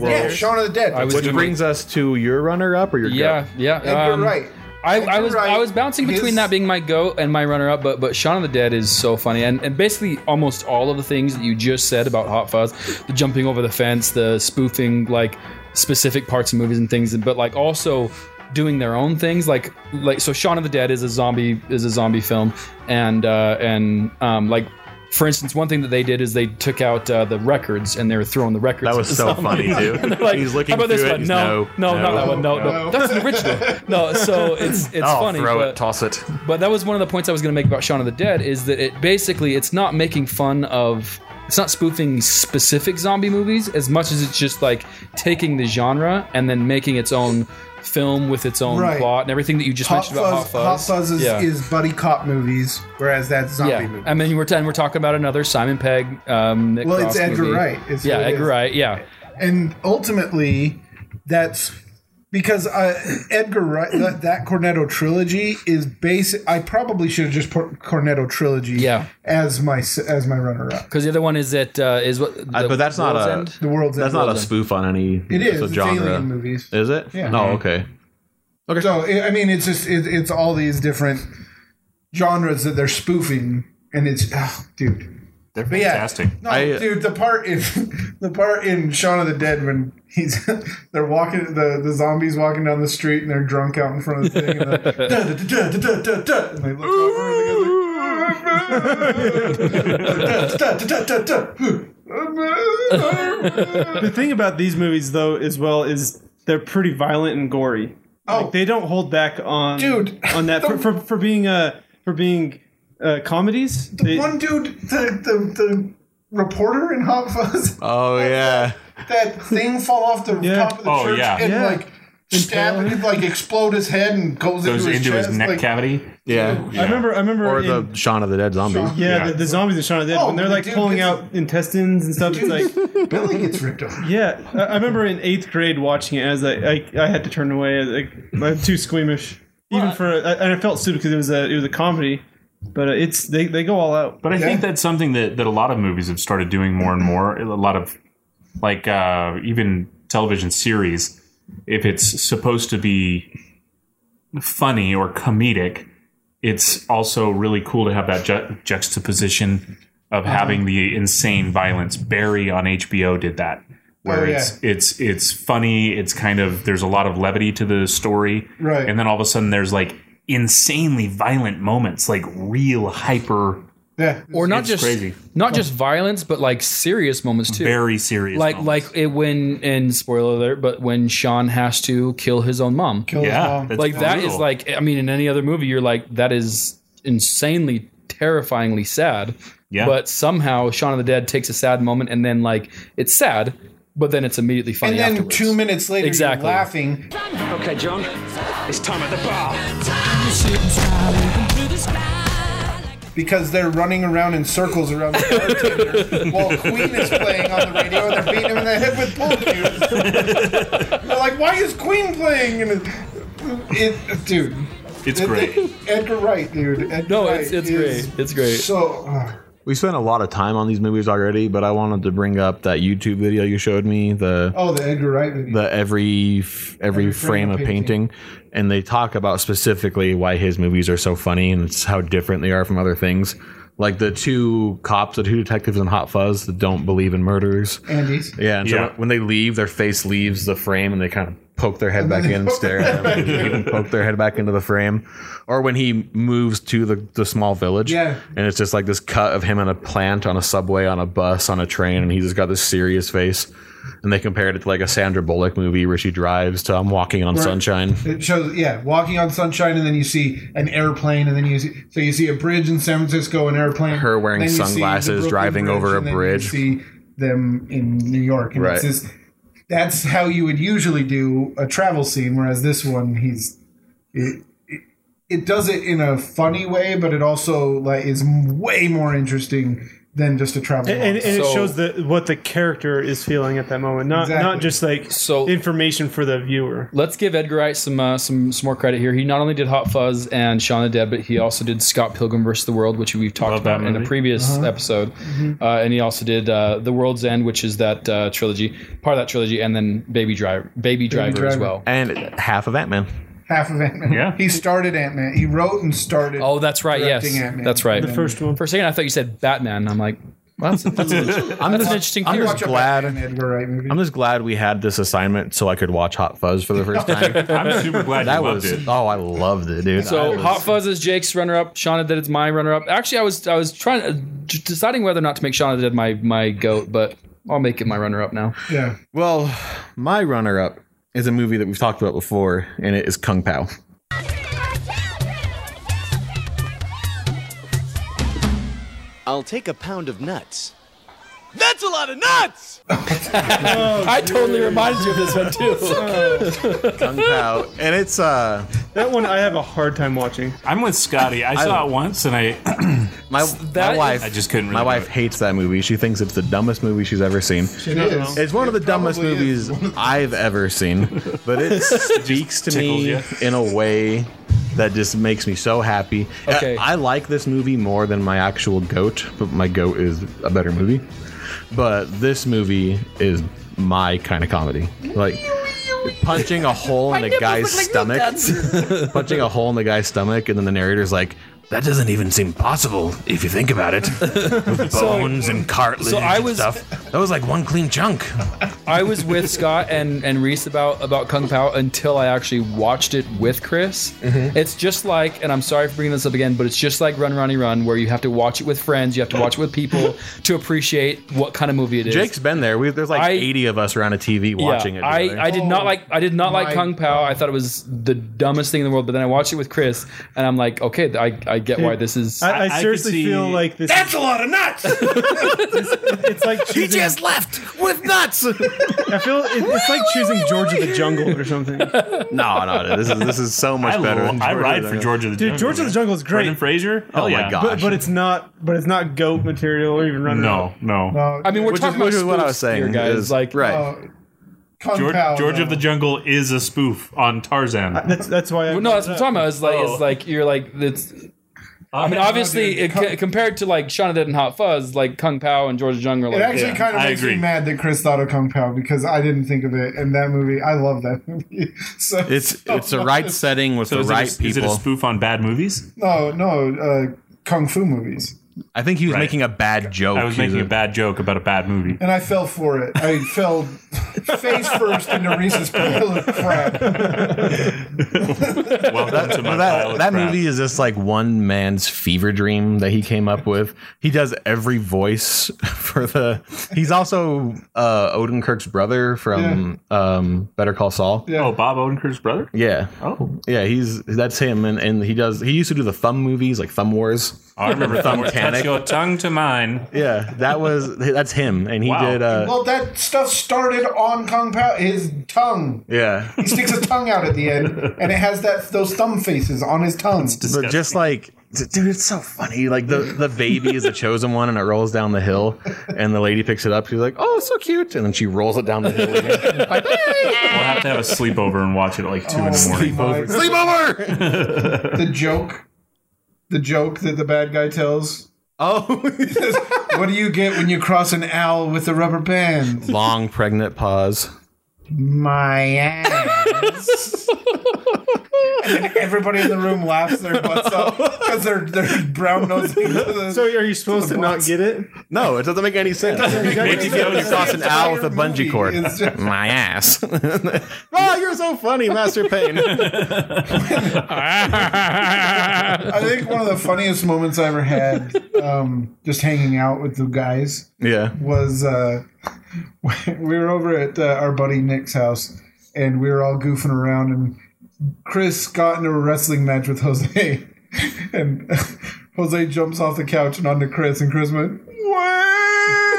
yeah, Shaun of the Dead.
I was
Which
gonna
brings us to your runner up or your
Yeah, yeah.
Edgar
um,
Wright.
I, I was
right.
I was bouncing between
His-
that being my goat and my runner up, but but Shaun of the Dead is so funny, and and basically almost all of the things that you just said about Hot Fuzz, the jumping over the fence, the spoofing like specific parts of movies and things, but like also doing their own things like like so Shaun of the Dead is a zombie is a zombie film and uh and um like for instance one thing that they did is they took out uh, the records and they were throwing the records
That was
at
so
zombies.
funny, too.
And they're like,
He's looking
how about
through
this
it,
one?
he's,
No, no,
no,
not that
no,
one. No, no,
no.
that's an original. No, so it's it's
I'll
funny.
throw
but,
it, toss it.
but that was one of the points I was going to make about Shaun of the Dead is that it basically it's not making fun of it's not spoofing specific zombie movies as much as it's just like taking the genre and then making its own film with its own
Right.
plot and everything that you just
Hot
mentioned about Hot
Fuzz,
Fuzz.
Hot Fuzz is, is buddy cop movies, whereas that's zombie
yeah,
movies.
I mean we're and we're talking about another Simon Pegg. Um, Nick
well, it's
Frost
Edgar
movie.
Wright. It's
Yeah,
who it
Edgar
is.
Wright. Yeah,
and ultimately that's because uh, Edgar Wright that, that Cornetto trilogy is basic. I probably should have just put Cornetto trilogy
Yeah.
as my s- as my runner up.
because the other one is that uh, is what.
Uh,
the
but that's not
World's
a-
End?
The world's
That's
End.
not a spoof on any.
It is
it's a
it's
genre.
alien movies.
Is it?
Yeah.
No. Okay.
So I I mean, it's just it, it's all these different genres that they're spoofing, and it's oh, dude.
They're
But yeah,
fantastic.
No,
I-
dude, the part in the part in Shaun of the Dead when he's they're walking the, the zombies walking down the street and they're drunk out in front of the thing and, they're, "Da, da, da, da, da, da, da," and they look over and
The thing about these movies, though, as well, is they're pretty violent and gory.
Oh.
Like, they don't hold back on
Dude,
on that for,
the-
for, for being uh for being uh, comedies.
the
they-
one dude the, the the reporter in Hot Fuzz
Uh,
Oh yeah.
that thing fall off the
Yeah.
top of the
Oh,
church
yeah.
and
Yeah.
like stab
Impale
and like explode his head and goes,
Goes
into his,
into his,
chest,
neck
like,
cavity.
Yeah.
I remember I remember
Or
in-
the Shaun of the Dead zombies.
Shaun-
yeah,
Yeah.
The, the zombies in Shaun of the Dead
Oh,
when they're
the
like
dude
pulling
gets-
out intestines and stuff. It's like
Billy gets ripped off.
Yeah, I I remember in eighth grade watching it as I I, I had to turn away. I, I, I'm too squeamish, even for I- and I felt stupid because it was a it was a comedy, but uh, it's they, they go all out.
But I think that's something that, that a lot of movies have started doing more and more. A lot of, like, uh, even television series, if it's supposed to be funny or comedic, it's also really cool to have that ju- juxtaposition of
Uh-huh.
having the insane violence. Barry on HBO did that. Where
Oh, yeah.
it's it's it's funny, it's kind of there's a lot of levity to the story.
Right.
And then all of a sudden there's like insanely violent moments, like real hyper
Yeah.
or not
It's
just
crazy.
not just violence, but like serious moments too.
very serious.
like
moments.
like it when and spoiler alert, but when Sean has to kill his own mom,
Kill his
yeah,
mom.
that's
like that is
brutal.
like I mean in any other movie you're like that is insanely terrifyingly sad.
Yeah.
But somehow Shaun of the Dead takes a sad moment and then like it's sad, but then it's immediately funny
And then
afterwards.
two minutes later,
Exactly.
you're laughing.
Okay, John, it's time at the bar.
because they're running around in circles around the bartender while Queen is playing on the radio and they're beating him in the head with pool cues. they're like, why is Queen playing? And it, it dude,
it's great.
Edgar Wright, dude. Edgar
No,
Wright
it's it's
is
great. It's great.
So uh,
We spent a lot of time on these movies already, but I wanted to bring up that YouTube video you showed me. The
oh, the Edgar Wright movie.
the every f- every,
Every
frame, of painting. and they talk about specifically why his movies are so funny and it's how different they are from other things like the two cops the two detectives in hot fuzz that don't believe in murders
Andy's.
yeah and so
Yeah.
when they leave their face leaves the frame and they kind of poke their head back in and stare at him poke their head back into the frame or when he moves to the, the small village
Yeah.
and it's just like this cut of him in a plant on a subway on a bus on a train and he's just got this serious face and they compared it to like a Sandra Bullock movie where she drives to I'm walking on sunshine.
It shows, yeah, walking on sunshine, and then you see an airplane, and then you see so you see a bridge in San Francisco, an airplane.
Her wearing
then you see the
sunglasses,
Brooklyn
driving over a
and then
bridge.
You see them in New York, and
Right.
it's just, that's how you would usually do a travel scene. Whereas this one, he's it, it, it does it in a funny way, but it also like is way more interesting than just a travel.
And, and
log.
it
So-
shows the what the character is feeling at that moment, not
Exactly.
not just like
So-
information for the viewer.
Let's give Edgar Wright some, uh, some some more credit here. He not only did Hot Fuzz and Shaun of the Dead, but he also did Scott Pilgrim vs. the World, which we've talked
Love that
about in a
movie.
previous episode, uh, and he also did uh, The World's End, which is that uh, trilogy, part of that trilogy, and then Baby Driver, Baby, Driver, as
Driver.
well.
And half of Ant Man.
half of Ant Man.
Yeah.
he started Ant Man. He wrote and started.
Oh, that's right. Yes,
Directing Ant-Man.
that's right.
The first one.
For a second, I thought you said Batman. I'm like, well, that's, that's,
I'm
that's an
just,
interesting
I'm
theory.
just glad.
an Edgar Wright movie.
I'm just glad we had this assignment so I could watch Hot Fuzz for the first time.
I'm super glad
That
you loved
was
it.
oh, I loved it, dude.
So Hot Fuzz is Jake's runner-up. Shauna Dead is my runner-up. Actually, I was I was trying uh, d- deciding whether or not to make Shauna Dead my my goat, but I'll make it my runner-up now.
yeah,
well, my runner-up is a movie that we've talked about before, and it is Kung Pao.
I'll take a pound of nuts.
I totally reminded you of this one too.
Kung Pao, and it's uh,
That one I have a hard time watching.
I'm with Scotty. I saw it once and I
my
that
my
is-
wife.
I just couldn't. Really
my
do
wife
it.
hates that movie. She thinks it's the dumbest movie she's ever seen.
it is.
It's one of the dumbest
probably
movies
is
I've ever seen, but it speaks to
tickles
me
ya.
in a way that just makes me so happy. I-
Okay.
I, like this movie more than my actual goat, but my goat is a better movie. But this movie is my kind of comedy. Like punching a hole in a guy's stomach, punching a hole in the guy's stomach, and then the narrator's like. That doesn't even seem possible if you think about it. With bones and cartilage
so I
and
was-
stuff. That was like one clean chunk.
I was with Scott and and Reese about about Kung Pao until I actually watched it with Chris.
Mm-hmm.
It's just like, and I'm sorry for bringing this up again, but it's just like Run Ronnie Run, where you have to watch it with friends, you have to watch it with people to appreciate what kind of movie it is.
Jake's been there. We, there's like
I-
80 of us around a TV watching
yeah,
it. together.
I, I did not like I did not like
my
Kung Pao. I thought it was the dumbest thing in the world. But then I watched it with Chris, and I'm like, okay, I, I get why this is.
I, I,
I could
seriously
see-
feel like this.
That's a lot of nuts.
It's like choosing,
left with nuts. no,
I feel it, it's like choosing George of the Jungle or something.
no, this is this is so much
I,
better.
lo-
than
I
George
ride
of
for
the-
George of the
Dude, George of the Jungle is
Brendan
great,
Fraser.
Oh
Hell
my
yeah.
gosh.
but, but it's not. But it's not goat material or even running.
No, no.
No,
I mean, we're
Which is,
talking
which
about
is what I
spoofs
was saying.
here, guys.
is-
like,
right.
uh, Kung
George,
Pao,
George of
though.
the Jungle is a spoof on Tarzan.
Uh,
That's that's why. I
no, that's what I'm talking about. It's like,
Oh.
it's like you're like it's. I mean,
Uh,
obviously, it, c- compared to like Shaun of the Dead and Hot Fuzz, like Kung Pao and George of the Jungle, are
It
like,
actually
Yeah,
kind of
I
makes
agree.
me mad that Chris thought of Kung Pao because I didn't think of it. And that movie, I love that movie. So
It's it's the right setting with
So
the
is,
right
it a, is it a
people.
spoof on bad movies?
no, no, uh, kung fu movies,
I think he was
Right.
making a bad joke.
I was
He
making a bad joke about a bad movie.
and I fell for it. I fell face first into Reese's pile of crap.
Welcome to my pile
that,
of
that
crap.
movie is just like one man's fever dream that he came up with. He does every voice for the. He's also uh, Odenkirk's brother from um, Better Call Saul. Yeah.
Oh, Bob Odenkirk's brother.
yeah,
Oh,
he's that's him, and, and he does. He used to do the thumb movies like Thumb Wars.
I remember Thumb.
Titanic.
Touch your tongue to mine.
Yeah, that was that's him, and he
Wow.
did. Uh,
Well, that stuff started on Kung Pao. His tongue.
yeah,
He sticks his tongue out at the end, and it has that those thumb faces on his tongue.
but just like dude it's so funny like the the baby is the chosen one and it rolls down the hill and the lady picks it up she's like oh so cute and then she rolls it down the hill again. Like,
We'll have to have a sleepover and watch it at like two
Oh,
in the morning.
Oh, My-
sleep over
the joke, the joke that the bad guy tells.
oh
What do you get when you cross an owl with a rubber band?
long pregnant pause
My ass. and then everybody in the room laughs their butts off because they're they're brown nosing.
So are you supposed
the
to not
box.
get it?
no it doesn't make any sense
Maybe
you go and you cross an owl with a bungee cord
It's just-
my ass oh you're so funny master payne
I think one of the funniest moments I ever had, um, just hanging out with the guys.
yeah
was uh, we were over at uh, our buddy Nick's house, and we were all goofing around, and Chris got into a wrestling match with Jose, and Jose jumps off the couch and onto Chris, and Chris went. "Wow!"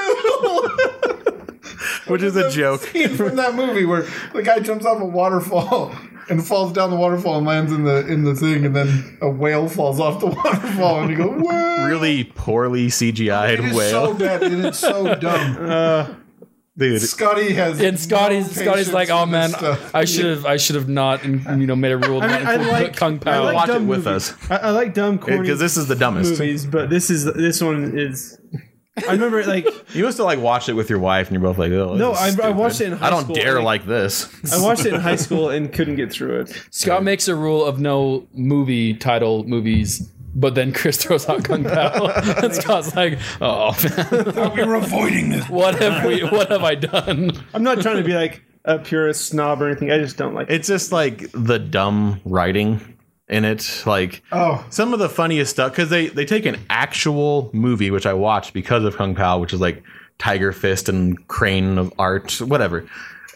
which is a joke
Scene from that movie where the guy jumps off a waterfall and falls down the waterfall and lands in the in the thing, and then a whale falls off the waterfall, and you go, "Wow!"
really poorly
It
cgi'd
is so
whale
bad and it's so dumb.
dude
Scotty has
and Scotty's
no
Scotty's
patience
like, oh
for this
man,
stuff."
I should have I should have not you know made a rule.
I mean, I
not to
like
put Kung Pao.
I like
watch it
dumb
with
movies.
us
I, I like dumb corny
because this is the dumbest
movies, but this is this one is I remember like
you must have like watched it with your wife, and you're both like, "Oh,
No,
this is
I- I
stupid.
watched it in high
I don't
school,
dare
like-
like, this.
I watched it in high school and couldn't get through it.
Scott makes a rule of no movie title movies, but then Chris throws out Kung Pao. and Scott's like, oh,
we were avoiding this.
What have we? What have I done?
I'm not trying to be like a purist snob or anything. I just don't like.
It's just like the dumb writing in it. Like
oh,
some of the funniest stuff because they they take an actual movie which I watched because of Kung Pao, which is like Tiger Fist and Crane of Art, whatever,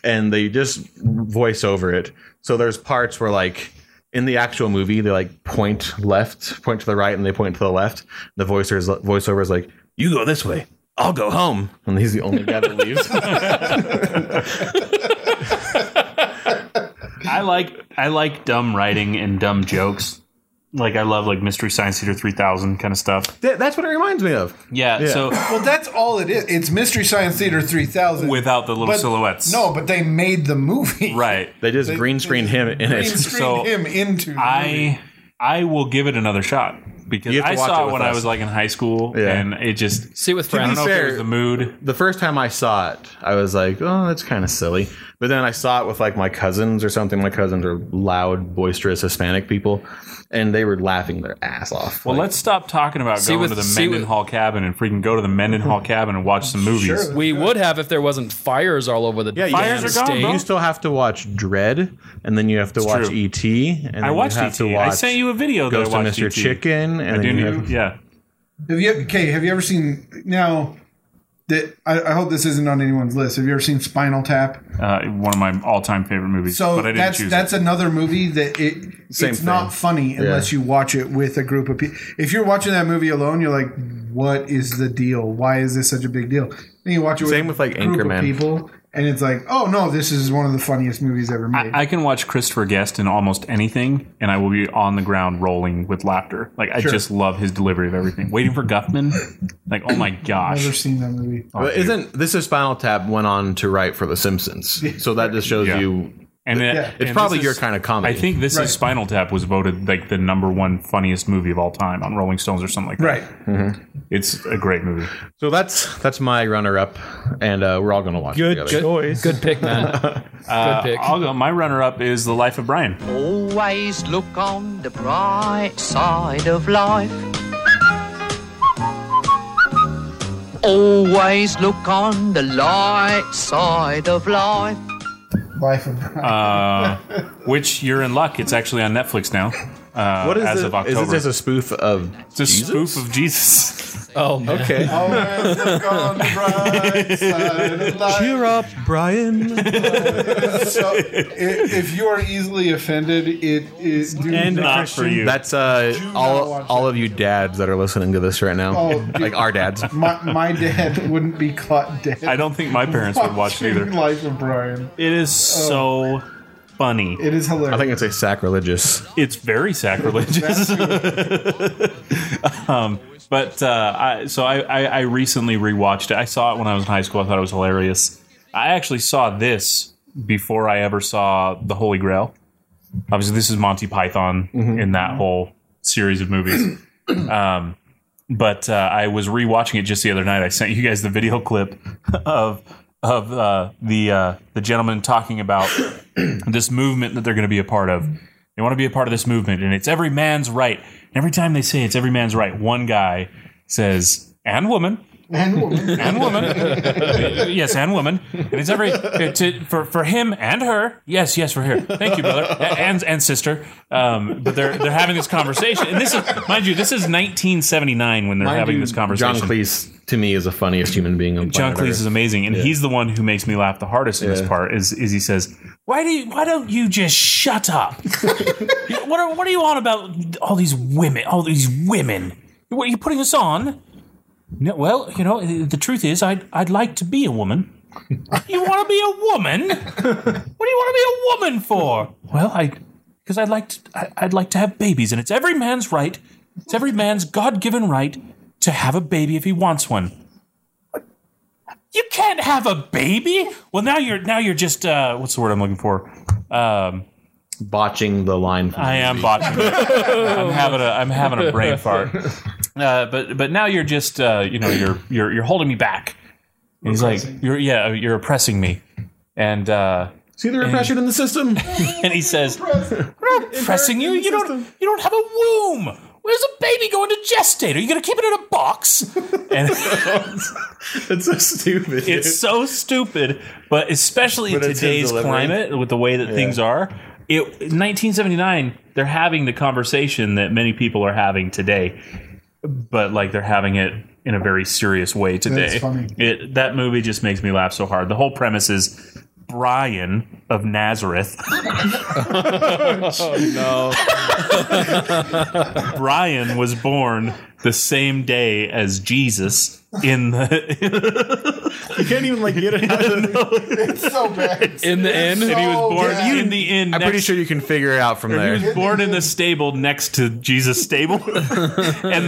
and they just voice over it. So there's parts where like. In the actual movie, they like point left, point to the right, and they point to the left. The voicer is, voiceover is like, "You go this way, I'll go home," and he's the only guy that leaves.
I like I like dumb writing and dumb jokes. Like I love like Mystery Science Theater three thousand kind of stuff.
Th- that's what it reminds me of.
Yeah,
Yeah.
So
Well, that's all it is. It's Mystery Science Theater 3000.
without the little
But-
silhouettes,
No, but they made the movie.
right?
They just green screen him in
Green
it.
screened
So,
him into. the movie.
I I will give it another shot because
You have to
I
watch it
saw it
with
when I
us.
was like in high school,
Yeah.
and it just
See it with
I
friends.
don't know if it
fair-
was the mood.
the first time I saw it, I was like, oh, that's kind of silly. But then I saw it with like my cousins or something. My cousins are loud, boisterous Hispanic people, and they were laughing their ass off.
Well, let's stop talking about
See
going
with-
to the
see with-
Mendenhall cabin and freaking go to the Mendenhall cabin and watch some movies.
Sure.
We would have if there wasn't fires all over the
yeah, you,
damn
Fires are gone,
stage.
bro.
you still have to watch Dread, and then you have to watch
true.
E.T. And then
I watched
you have
ET.
To watch
I sent you a video
Ghost
that I
of
watched
Mr.
ET.
Chicken, and
I do
then you
need,
have,
yeah.
Have you okay? Have you ever seen now? That I, I hope this isn't on anyone's list. Have you ever seen Spinal Tap?
Uh, one of my all-time favorite movies,
So
but I didn't
that's
choose
that's another movie that it
Same
it's
thing.
not funny unless you watch it with a group of people. If you're watching that movie alone, you're like, "What is the deal? Why is this such a big deal?" Then you watch it
Same
with,
with, like,
a group
Anchorman.
of people, and it's like, "Oh no, this is one of the funniest movies ever made."
it. I can watch Christopher Guest in almost anything, and I will be on the ground rolling with laughter. Like I just love his delivery of everything. Waiting for Guffman, like oh my
I've never
gosh,
seen that movie.
But isn't this is Spinal Tap went on to write for The Simpsons? So that just shows
Yeah.
you
and it-
yeah.
and
it's probably
this
your
is-
kind of
I
comedy.
think this
Right.
is Spinal Tap was voted like the number one funniest movie of all time on Rolling Stones or something like that.
Right.
It's a great movie.
so. That's that's my runner up, and uh, we're all gonna watch it
Good
together.
choice.
Good pick, man. Uh, Good pick.
I'll go. My runner-up is The Life of Brian.
Always look on the bright side of life. Always look on the light side of life.
Life of Brian.
uh, which you're in luck. It's actually on Netflix now. Uh,
What is
as
it?
of October?
Is it just a spoof of
it's a spoof of Jesus.
oh, man.
Okay.
Always look on the bright side of life.
up, Brian.
So, i- if you are easily offended, it is do
And
not-
Not for you.
That's uh, all
watch
all of you dads that are listening to this right now,
Oh, dude.
like our dads.
my, my dad wouldn't be caught dead.
I don't think my parents would watch it either.
Life of Brian.
It is so funny.
It is hilarious.
I think it's a sacrilegious.
It's very sacrilegious. um, but uh, I, so I, I, I recently rewatched it. I saw it when I was in high school. I thought it was hilarious. I actually saw this before I ever saw The Holy Grail. Obviously, this is Monty Python in that whole series of movies. um, but uh, I was rewatching it just the other night. I sent you guys the video clip of of uh, the uh, the gentleman talking about this movement that they're going to be a part of. They want to be a part of this movement, and it's every man's right. And every time they say it's every man's right, one guy says, "And woman."
and woman.
and woman. yes, and woman. And it's every it's it, for for him and her. Yes, yes, for her. Thank you, brother A- and and sister. Um, but they're they're having this conversation, and this is mind you, this is 1979 when they're having this conversation.
John Cleese to me is the funniest human being on
John
planet
Cleese
Earth.
is amazing, and he's the one who makes me laugh the hardest in this part. Is is he says, "Why do you, why don't you just shut up? what are what are you on about? All these women, all these women. What are you putting us on?" No, well, you know, the truth is, I'd I'd like to be a woman. you want to be a woman? what do you want to be a woman for? Well, I because I'd like to I, I'd like to have babies, and it's every man's right. It's every man's God given right to have a baby if he wants one. You can't have a baby. Well, now you're now you're just uh, what's the word I'm looking for? Um,
botching the line. From
Uh, I am botching. it. I'm having a I'm having a brain fart. Uh, but but now you're just uh, you know you're you're you're holding me back. And he's like, you're yeah, you're oppressing me, and uh,
see the repression in the system.
and he says, "We're not oppressing you. You don't you don't have a womb. Where's a baby going to gestate? Are you going to keep it in a box?" And
it's so stupid.
It's so stupid, but especially
But
in
it's his
today's
delivery.
climate with the way that
Yeah.
things are. It, in 1979, they're having the conversation that many people are having today, but like they're having it in a very serious way today.
funny.
It, that movie just makes me laugh so hard. The whole premise is Brian of Nazareth.
Oh,
Brian was born the same day as Jesus in the
You can't even like get it out of the
It's so bad.
in the
and
inn.
he was
So
born
bad.
in the inn.
I'm pretty
next-
sure you can figure it out from
He
there.
was born in the stable next to Jesus' stable, and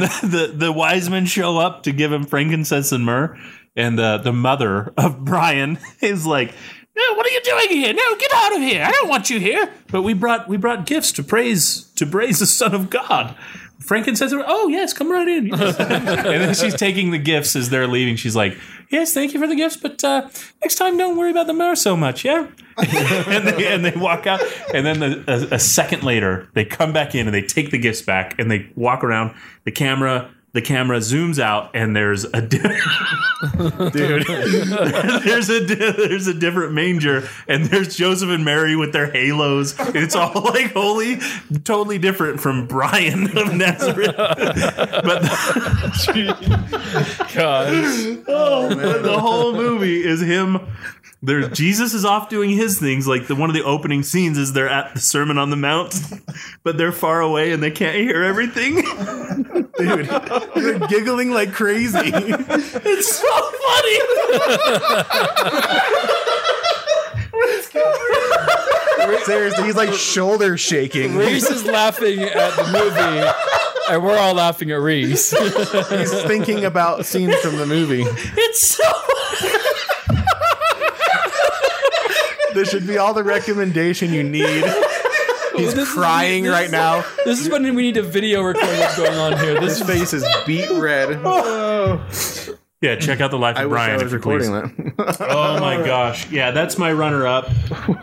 the, the the wise men show up to give him frankincense and myrrh, and uh, the the mother of Brian is like. No, what are you doing here? No, get out of here! I don't want you here. But we brought we brought gifts to praise to praise the Son of God. Frankincense. and myrrh. Oh yes, come right in. Yes. and then she's taking the gifts as they're leaving. She's like, "Yes, thank you for the gifts, but uh, next time don't worry about the myrrh so much, yeah." and, they, and they walk out. And then the, a, a second later, they come back in and they take the gifts back and they walk around. The camera, the camera zooms out, and there's a di- dude. there's a di- there's a different manger, and there's Joseph and Mary with their halos. It's all like holy, totally different from Brian of Nazareth. but Oh, the- the whole movie is him. There's Jesus is off doing his things. Like the one of the opening scenes is they're at the Sermon on the Mount, but they're far away and they can't hear everything.
Dude, you're giggling like crazy.
It's so funny.
Seriously, he's like shoulder shaking.
Reese is laughing at the movie, and we're all laughing at Reese.
He's thinking about scenes from the movie.
it's so.
This should be all the recommendation you need. He's
This is-
crying
this
right
is-
now.
This is when we need to video record what's going on here. This
His
is
face is beat red.
Yeah, check out the life of
I wish
Brian
I
if
was
you please.
recording that.
Oh my gosh. Yeah, that's my runner up.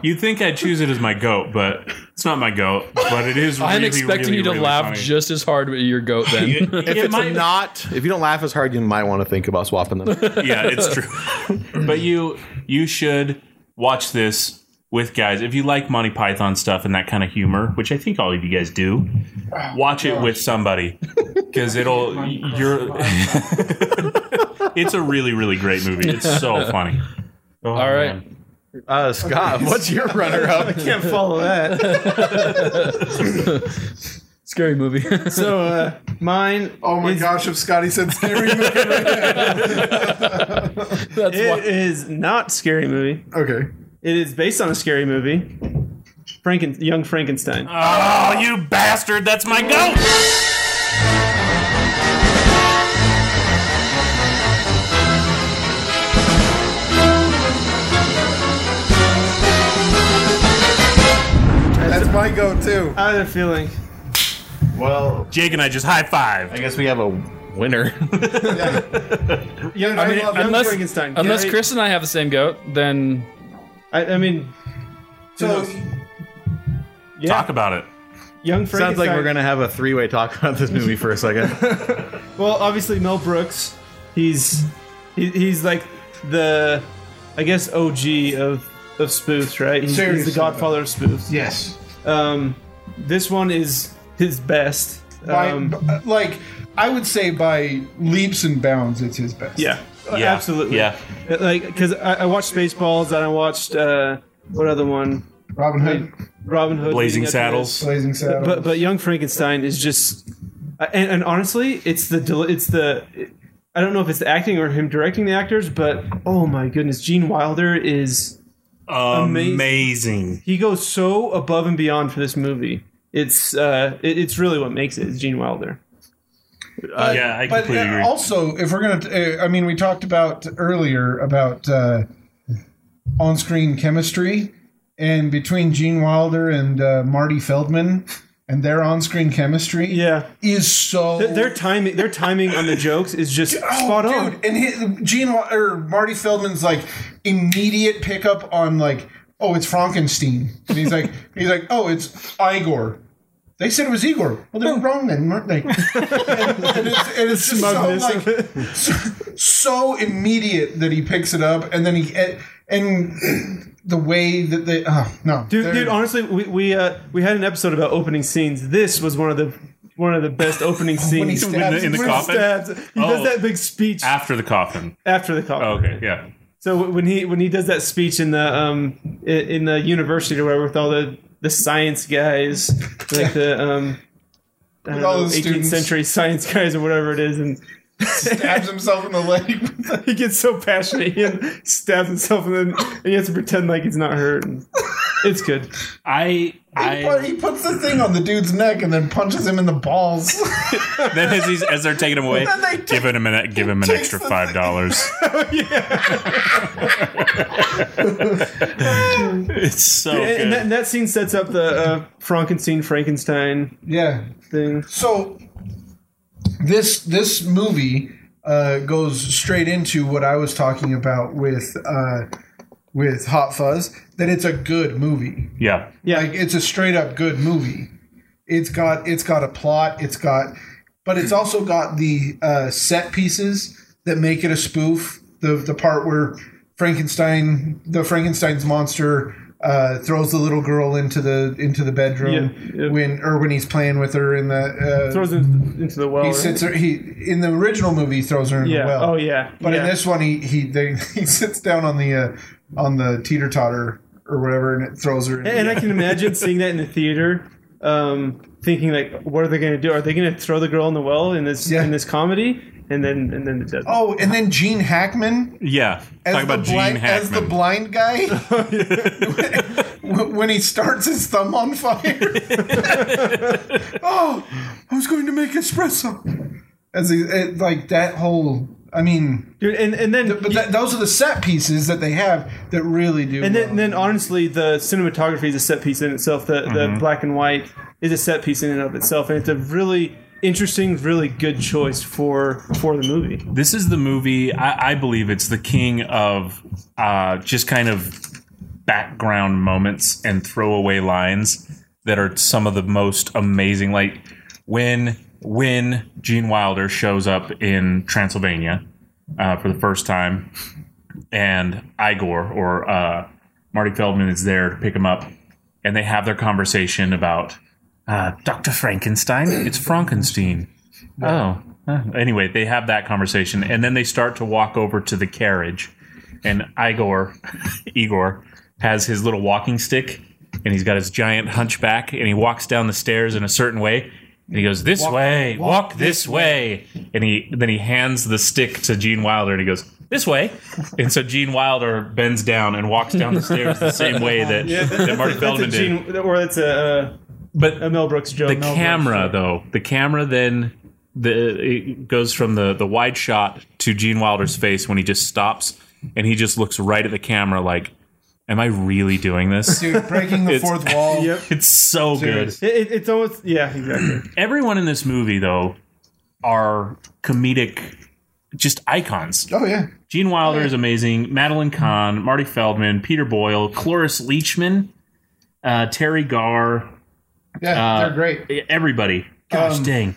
You'd think I'd choose it as my goat, but it's not my goat. But it is really,
I'm expecting
really,
you to
really
laugh
funny.
just as hard with your goat then.
If
It
it's
might-
not, if you don't laugh as hard, you might want to think about swapping them.
yeah, it's true. but you you should watch this with guys if you like Monty Python stuff and that kind of humor, which I think all of you guys do. Watch it with somebody because it'll you're. it's a really really great movie. It's so funny. Oh,
all right.
Uh, Scott, what's your runner-up?
Can't follow that.
Scary movie.
So uh, mine.
Oh my gosh, if Scotty said scary movie.
That's
It
why.
is not scary movie.
Okay.
It is based on a scary movie. Franken, Young Frankenstein.
Oh, you bastard! That's my goat.
That's my go too.
I had a feeling.
Well,
Jake and I just high five.
I guess we have a winner.
Young, I
mean,
love Young
unless-
Frankenstein.
Unless
Gary-
Chris and I have the same goat, then
I, I mean,
So
yeah,
Talk about it.
Young
Sounds
Frankenstein.
like we're gonna have a three-way talk about this movie for a second.
Well, obviously Mel Brooks. He's he, he's like the, I guess OG of of spoofs, right? He's, he's the
Seriously.
godfather of spoofs.
yes.
Um, this one is his best.
By,
Um,
b- like I would say by leaps and bounds it's his best.
yeah,
Yeah.
uh, absolutely. Uh,
Yeah.
like because I, I watched Spaceballs and I watched uh, what other one?
Robin Hood,
Robin Hood,
Blazing
leading up to this.
Saddles.
Blazing Saddles.
But but Young Frankenstein is just, uh, and, and honestly, it's the deli- it's the. I don't know if it's the acting or him directing the actors, but oh my goodness, Gene Wilder is
Amazing.
he goes so above and beyond for this movie. It's uh, it, it's really what makes it is Gene Wilder.
yeah, I
but
completely
uh,
agree.
also if we're gonna uh, i mean we talked about earlier about uh, on-screen chemistry and between gene wilder and uh, marty feldman and their on-screen chemistry
yeah
is so
Th- their timing their timing on the jokes is just spot on
Oh, dude and his, Gene Wa- or Marty Feldman's like immediate pickup on like oh it's Frankenstein and he's like he's like oh it's Igor they said it was Igor well they
Oh.
were wrong then weren't they and, and it's, and it's just so,
Smugness
like, so, so immediate that he picks it up and then he and- and the way that they oh no
Dude,
They're-
dude, honestly, we we, uh, we had an episode about opening scenes. This was one of the one of the best opening scenes
he stabs- In the- in the
When he
coffin?
stabs- He
Oh.
does that big speech
After the coffin. Oh,
after the coffin.
Okay, yeah.
So w- when he when he does that speech in the um i- in the university or whatever with all the the science guys, like the um I don't
With all
know,
the
18th
students.
century science guys or whatever it is, and
stabs himself in the leg
he gets so passionate he stabs himself and then and he has to pretend like he's not hurt. And it's good.
I
He, put- he puts the thing on the dude's neck and then punches him in the balls.
Then as he's as they're taking him away,
Then they Oh,
give him an uh, give him an extra five dollars. it's so
Dude, and, and that,
good.
and that scene sets up the uh, Frankenstein Frankenstein
yeah.
thing.
So this this movie uh, goes straight into what I was talking about with uh, with Hot Fuzz. That it's a good movie.
Yeah,
Yeah.
Like it's a straight up good movie. It's got it's got a plot. It's got, but it's also got the uh, set pieces that make it a spoof. The the part where Frankenstein, the Frankenstein's monster, uh, throws the little girl into the into the bedroom
Yeah, yeah.
when or when he's playing with her in the. Uh,
throws him into the well.
he
right?
sits her. He in the original movie he throws her in
yeah.
the well.
Oh yeah.
But
yeah.
in this one, he he they, he sits down on the uh, on the teeter totter or whatever, and it throws her. In
and I can imagine seeing that in the theater, um, thinking like, what are they going to do? Are they going to throw the girl in the well in this
Yeah.
in this comedy? And then and then it does.
Oh, and then Gene Hackman
yeah. Talk about
the
Gene
blind, as the
Hackman.
blind guy when he starts his thumb on fire. oh, I was going to make espresso. As he, it, like that whole, I mean,
Dude, and and then
but that, those are the set pieces that they have that really do.
and then,
well.
and then honestly, the cinematography is a set piece in itself. The
Mm-hmm.
the black and white is a set piece in and of itself, and it's a really interesting, really good choice for for the movie.
This is the movie. I, I believe it's the king of uh, just kind of background moments and throwaway lines that are some of the most amazing. Like when when Gene Wilder shows up in Transylvania uh, for the first time, and Igor or uh, Marty Feldman is there to pick him up, and they have their conversation about uh, Doctor Frankenstein. It's Frankenstein. Oh. Huh. Anyway, they have that conversation, and then they start to walk over to the carriage, and Igor, Igor, has his little walking stick, and he's got his giant hunchback, and he walks down the stairs in a certain way, and he goes this way, walk, this way, and he then he hands the stick to Gene Wilder, and he goes this way, and so Gene Wilder bends down and walks down the stairs the same way that, that Marty Feldman
that's a
did.
Gene, or that's a,
but
a Mel Brooks joke.
the camera though the camera then the it goes from the the wide shot to gene wilder's face when he just stops and he just looks right at the camera like am i really doing this
dude, breaking the
It's-
fourth wall.
Yep.
it's so good
It, it- it's almost yeah, exactly.
everyone in this movie though are comedic just icons
Oh yeah,
gene wilder is amazing madeline kahn marty feldman peter boyle cloris leachman uh, terry garr
yeah,
Uh,
they're great.
everybody gosh
Um,
dang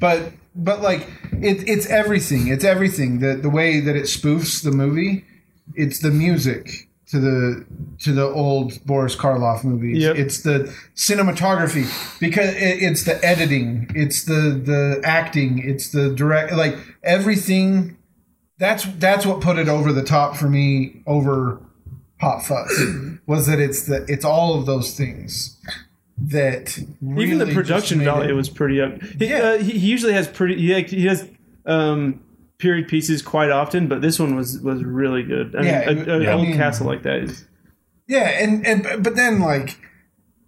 but but like it, it's everything it's everything the the way that it spoofs the movie it's the music to the to the old Boris Karloff movies
Yep.
it's the cinematography because it, it's the editing it's the the acting it's the direct like everything that's that's what put it over the top for me over Hot Fuzz was that it's the it's all of those things that
Even
really
the
just
production
made
value
it-
was pretty up. He,
Yeah.
uh, he he usually has pretty. He, like, he has um, period pieces quite often, but this one was was really good. I mean,
Yeah,
a- a,
I
old
mean-
castle like that is.
Yeah, and and but- but then like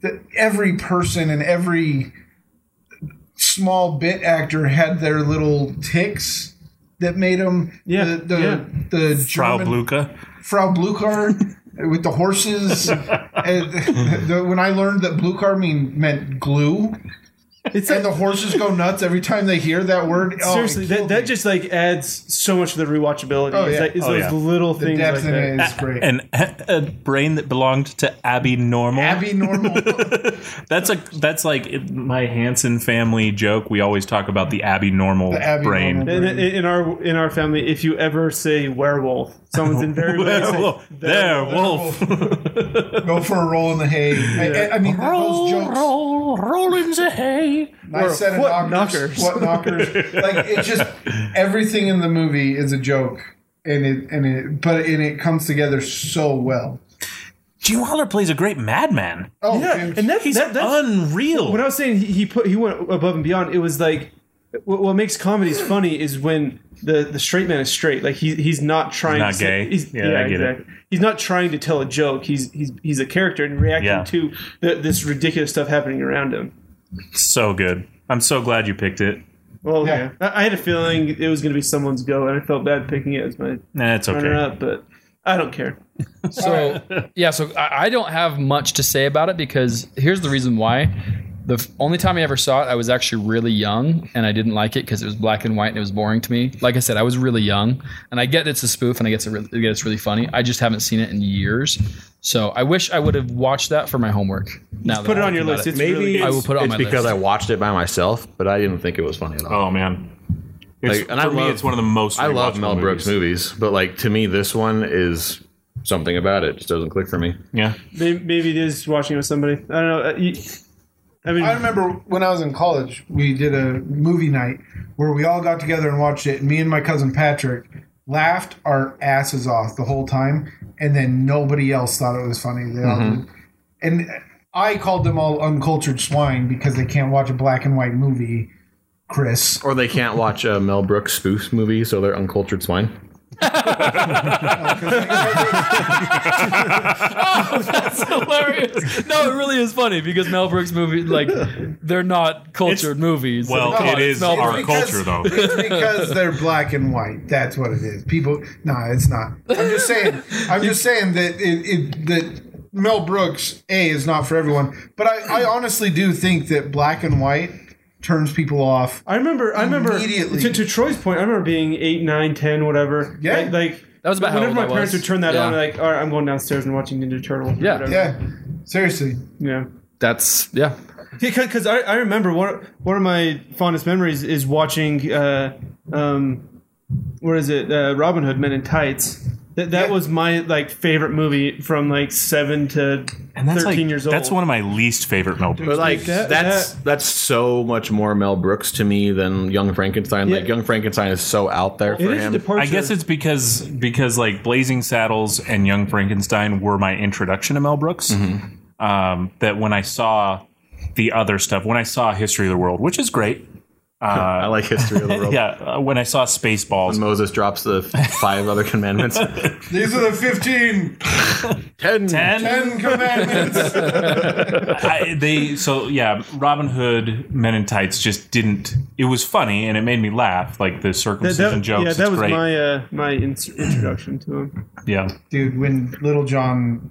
the, every person and every small bit actor had their little ticks that made them
Yeah,
the the,
yeah.
the
Frau
German,
Blucher.
Frau Blukar with the horses. and the, when I learned that blue car mean, meant glue, and the horses go nuts every time they hear that word. Oh,
Seriously, that, that just like adds so much to the rewatchability.
Oh,
It's
yeah.
like- it's
Oh,
those
yeah.
little things like that.
An, a brain that belonged to Abby Normal. Abby
Normal.
that's a that's like it- my Hanson family joke. We always talk about the Abby Normal brain.
In, in- in our in our family, if you ever say werewolf, someone's invariably
Werewolf.
there
wolf.
Go for a roll in the hay. I- I, I mean, those jokes.
roll, roll in the hay.
I said it knockers. What knockers? like it's just everything in the movie is a joke, and it and it but and it comes together so well.
Gene Wilder plays a great madman.
Oh,
yeah, and that, that, that's
unreal.
When I was saying he, he put he went above and beyond, it was like what, what makes comedies
Hmm.
funny is when the, the straight man is straight. Like he, he's not trying.
not
to say-
gay.
he's,
Yeah, I get it.
He's not trying to tell a joke. He's he's he's a character and reacting
Yeah.
to the, this ridiculous stuff happening around him.
So good. I'm so glad you picked it.
Well, yeah, I, I had a feeling it was going to be someone's go, and I felt bad picking it as my
Nah, it's okay.
runner-up, but I don't care.
So yeah, so I, I don't have much to say about it because here's the reason why. The f- only time I ever saw it, I was actually really young, and I didn't like it because it was black and white and it was boring to me. Like I said, I was really young, and I get it's a spoof, and I get it's, a re- I get it's really funny. I just haven't seen it in years, so I wish I would have watched that for my homework. Now, that
put
I
it on
think
your
about
list. It's
maybe
really
I will put it on
it's
my
because
list.
I watched it by myself, but I didn't think it was funny at all.
Oh man. It's-
Like, and I
for
love,
me, it's one of the most
I love
rewatchable
Mel Brooks movies, but like to me, this one is something about it. just doesn't click for me.
Yeah,
Maybe, maybe it is watching with somebody. I don't know. Uh, you- I mean,
I remember when I was in college, we did a movie night where we all got together and watched it. And me and my cousin Patrick laughed our asses off the whole time, and then nobody else thought it was funny. They all
Mhm.
and I called them all uncultured swine because they can't watch a black and white movie. Chris,
or they can't watch a Mel Brooks spoof movie, so they're uncultured swine.
oh, that's hilarious! No, it really is funny because Mel Brooks movies, like they're not cultured movies.
well,
Come
it
on,
is
it's Oh, Mel
our
Brooks.
culture, though.
It's because they're black and white. That's what it is. People, nah, it's not. I'm just saying. I'm just saying that it, it that Mel Brooks a is not for everyone. But I, I honestly do think that black and white turns people off.
I remember. I remember
Immediately.
To, to Troy's point, I remember being eight, nine, ten, whatever.
Yeah.
like, like
That was about how
whenever
old
my
I
parents
was.
would turn that
Yeah.
on. Like, all right, I'm going downstairs and watching Ninja Turtle.
Yeah.
Yeah, seriously.
yeah.
That's yeah.
Because I, I remember one one of my fondest memories is watching uh, um, what is it uh, Robin Hood Men in Tights. That, that was my like favorite movie from like seven to
And that's
thirteen
like,
years old.
That's one of my least favorite Mel Brooks.
But like
that-
that's that's so much more Mel Brooks to me than Young Frankenstein. Like
Yeah.
Young Frankenstein is so out there for him.
departure.
I guess it's because because like Blazing Saddles and Young Frankenstein were my introduction to Mel Brooks.
Mm-hmm.
Um, that when I saw the other stuff, when I saw History of the World, which is great. Uh,
I like History of the World.
yeah, uh, when I saw Spaceballs,
Oh. When Moses drops the five other commandments.
These are the 15,
Ten.
10 commandments.
I, they so yeah, Robin Hood Men in Tights just didn't. It was funny and it made me laugh, like the
that,
circumcision
that,
jokes.
yeah, that
it's
was
great.
my uh, my in- introduction to him
yeah.
Dude, when Little John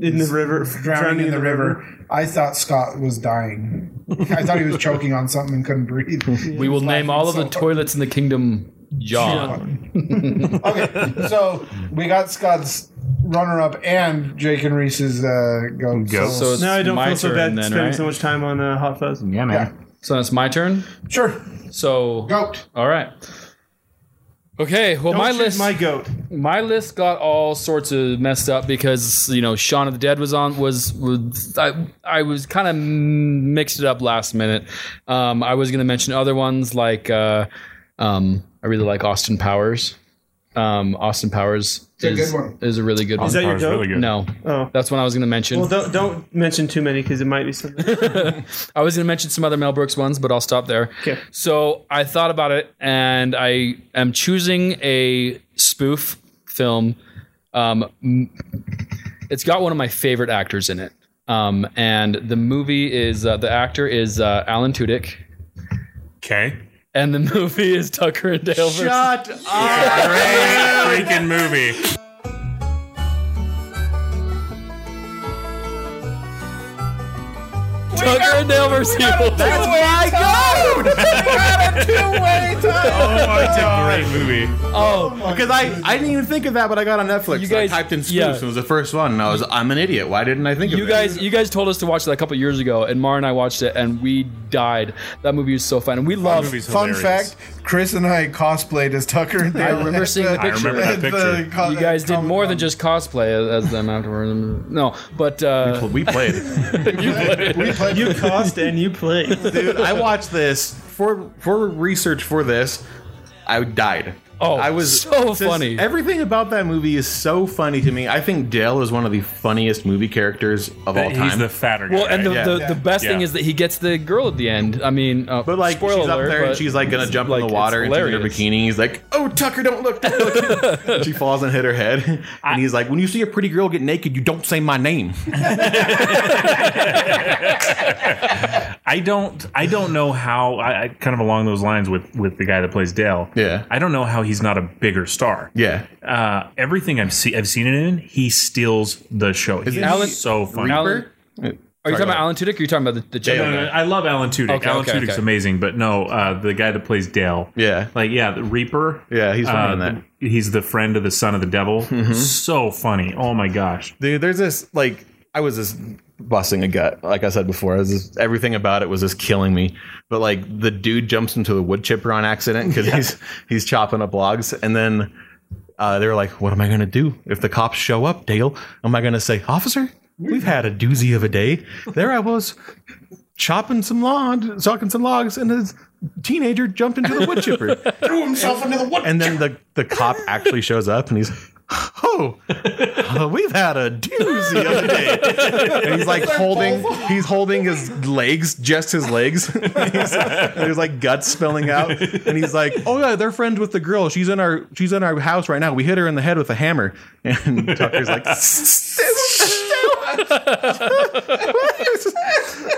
in the river,
drowning, in the, river, I thought Scott was dying. I thought he was choking on something and couldn't breathe.
We will name all of the toilets in the kingdom John.
okay, so we got Scott's runner-up and Jake and Reese's uh, goat.
Goat. So it's-
Now I don't
My
feel so
turn
bad
then,
spending
right?
so much time on uh, Hot Fuzz.
Yeah, man.
So it's my turn.
sure,
So
goat.
all right. Okay, well
Don't
my
shoot
list
my goat.
my list got all sorts of messed up because you know Shaun of the Dead was on was, was I I was kind of mixed it up last minute. Um, I was gonna mention other ones like uh, um, I really like Austin Powers. Um, Austin Powers
a good
is,
one.
is a really good
Is
one.
that your
Powers is
goat?
really good.
No,
Oh.
that's one I was gonna mention.
Well, don't, don't mention too many because it might be something.
I was going to mention some other Mel Brooks ones, but I'll stop there.
Okay.
So I thought about it, and I am choosing a spoof film. Um, m- it's got one of my favorite actors in it, um, and the movie is uh, the actor is uh, Alan Tudyk,
Okay.
and the movie is Tucker and Dale. versus-
Ah!
Great freaking movie.
hooker and nail versus evil.
That's where I go.
Oh, it's a great movie.
Oh,
because I, I didn't even think of that, but I got on Netflix. You guys, I typed in spoofs
yeah.
and it was the first one, and I was I'm an idiot. Why didn't I think of
You
it?
guys, you guys told us to watch that a couple years ago, and Mar and I watched it, and we died. That movie was so fun, and we love.
Fun fact: Chris and I cosplayed as Tucker and Dale.
I remember seeing the picture. you guys did more than just cosplay as as them afterward. No, but uh,
we played.
You cost and you played.
Dude, I watched this for for research for this. I died.
Oh,
I was
so
just-
funny.
Everything about that movie is so funny to me. I think Dale is one of the funniest movie characters of all
He's
time.
the fatter guy.
Well, and the,
Yeah.
the,
Yeah.
the best thing
Yeah.
is that he gets the girl at the end. I mean, uh,
but like
spoiler
she's up
alert,
there and
but
she's like gonna
it's,
jump in
like,
the water
it's
into her
hilarious.
bikini. He's like, "Oh, Tucker, don't look!" Don't look. And she falls and hit her head. And he's like, "When you see a pretty girl get naked, you don't say my name."
I don't I don't know how I, I kind of along those lines with with the guy that plays Dale.
Yeah.
I don't know how he's not a bigger star.
Yeah.
Uh, everything I've seen I've seen it in, he steals the show. He's
it Alan-
so funny.
Alan- Are you talking about Alan Tudyk? or Are you talking about the, the
No,
chicken?
no, no, I love Alan Tudyk.
Okay,
Alan
okay,
Tudyk's
okay.
amazing, but no, uh, the guy that plays Dale.
Yeah.
Like yeah, the Reaper.
Yeah, he's funny in
the-
that. Mm-hmm.
he's the friend of the son of the devil. So funny. Oh my gosh.
Dude, there's this like I was just busting a gut. Like I said before, I was just, everything about it was just killing me. But like the dude jumps into the wood chipper on accident because he's he's chopping up logs, and then uh, they're like, "What am I gonna do if the cops show up, Dale? Am I gonna say, officer?" We've had a doozy of a day. There I was, chopping some lawn, chopping some logs, and this teenager jumped into the wood chipper.
threw himself into the wood.
And then the, the cop actually shows up and he's, oh, uh, we've had a doozy of a day. And he's like holding, he's holding his legs, just his legs. He's- there's like guts spilling out. And he's like, oh yeah, they're friends with the girl. She's in our, she's in our house right now. We hit her in the head with a hammer. And Tucker's like,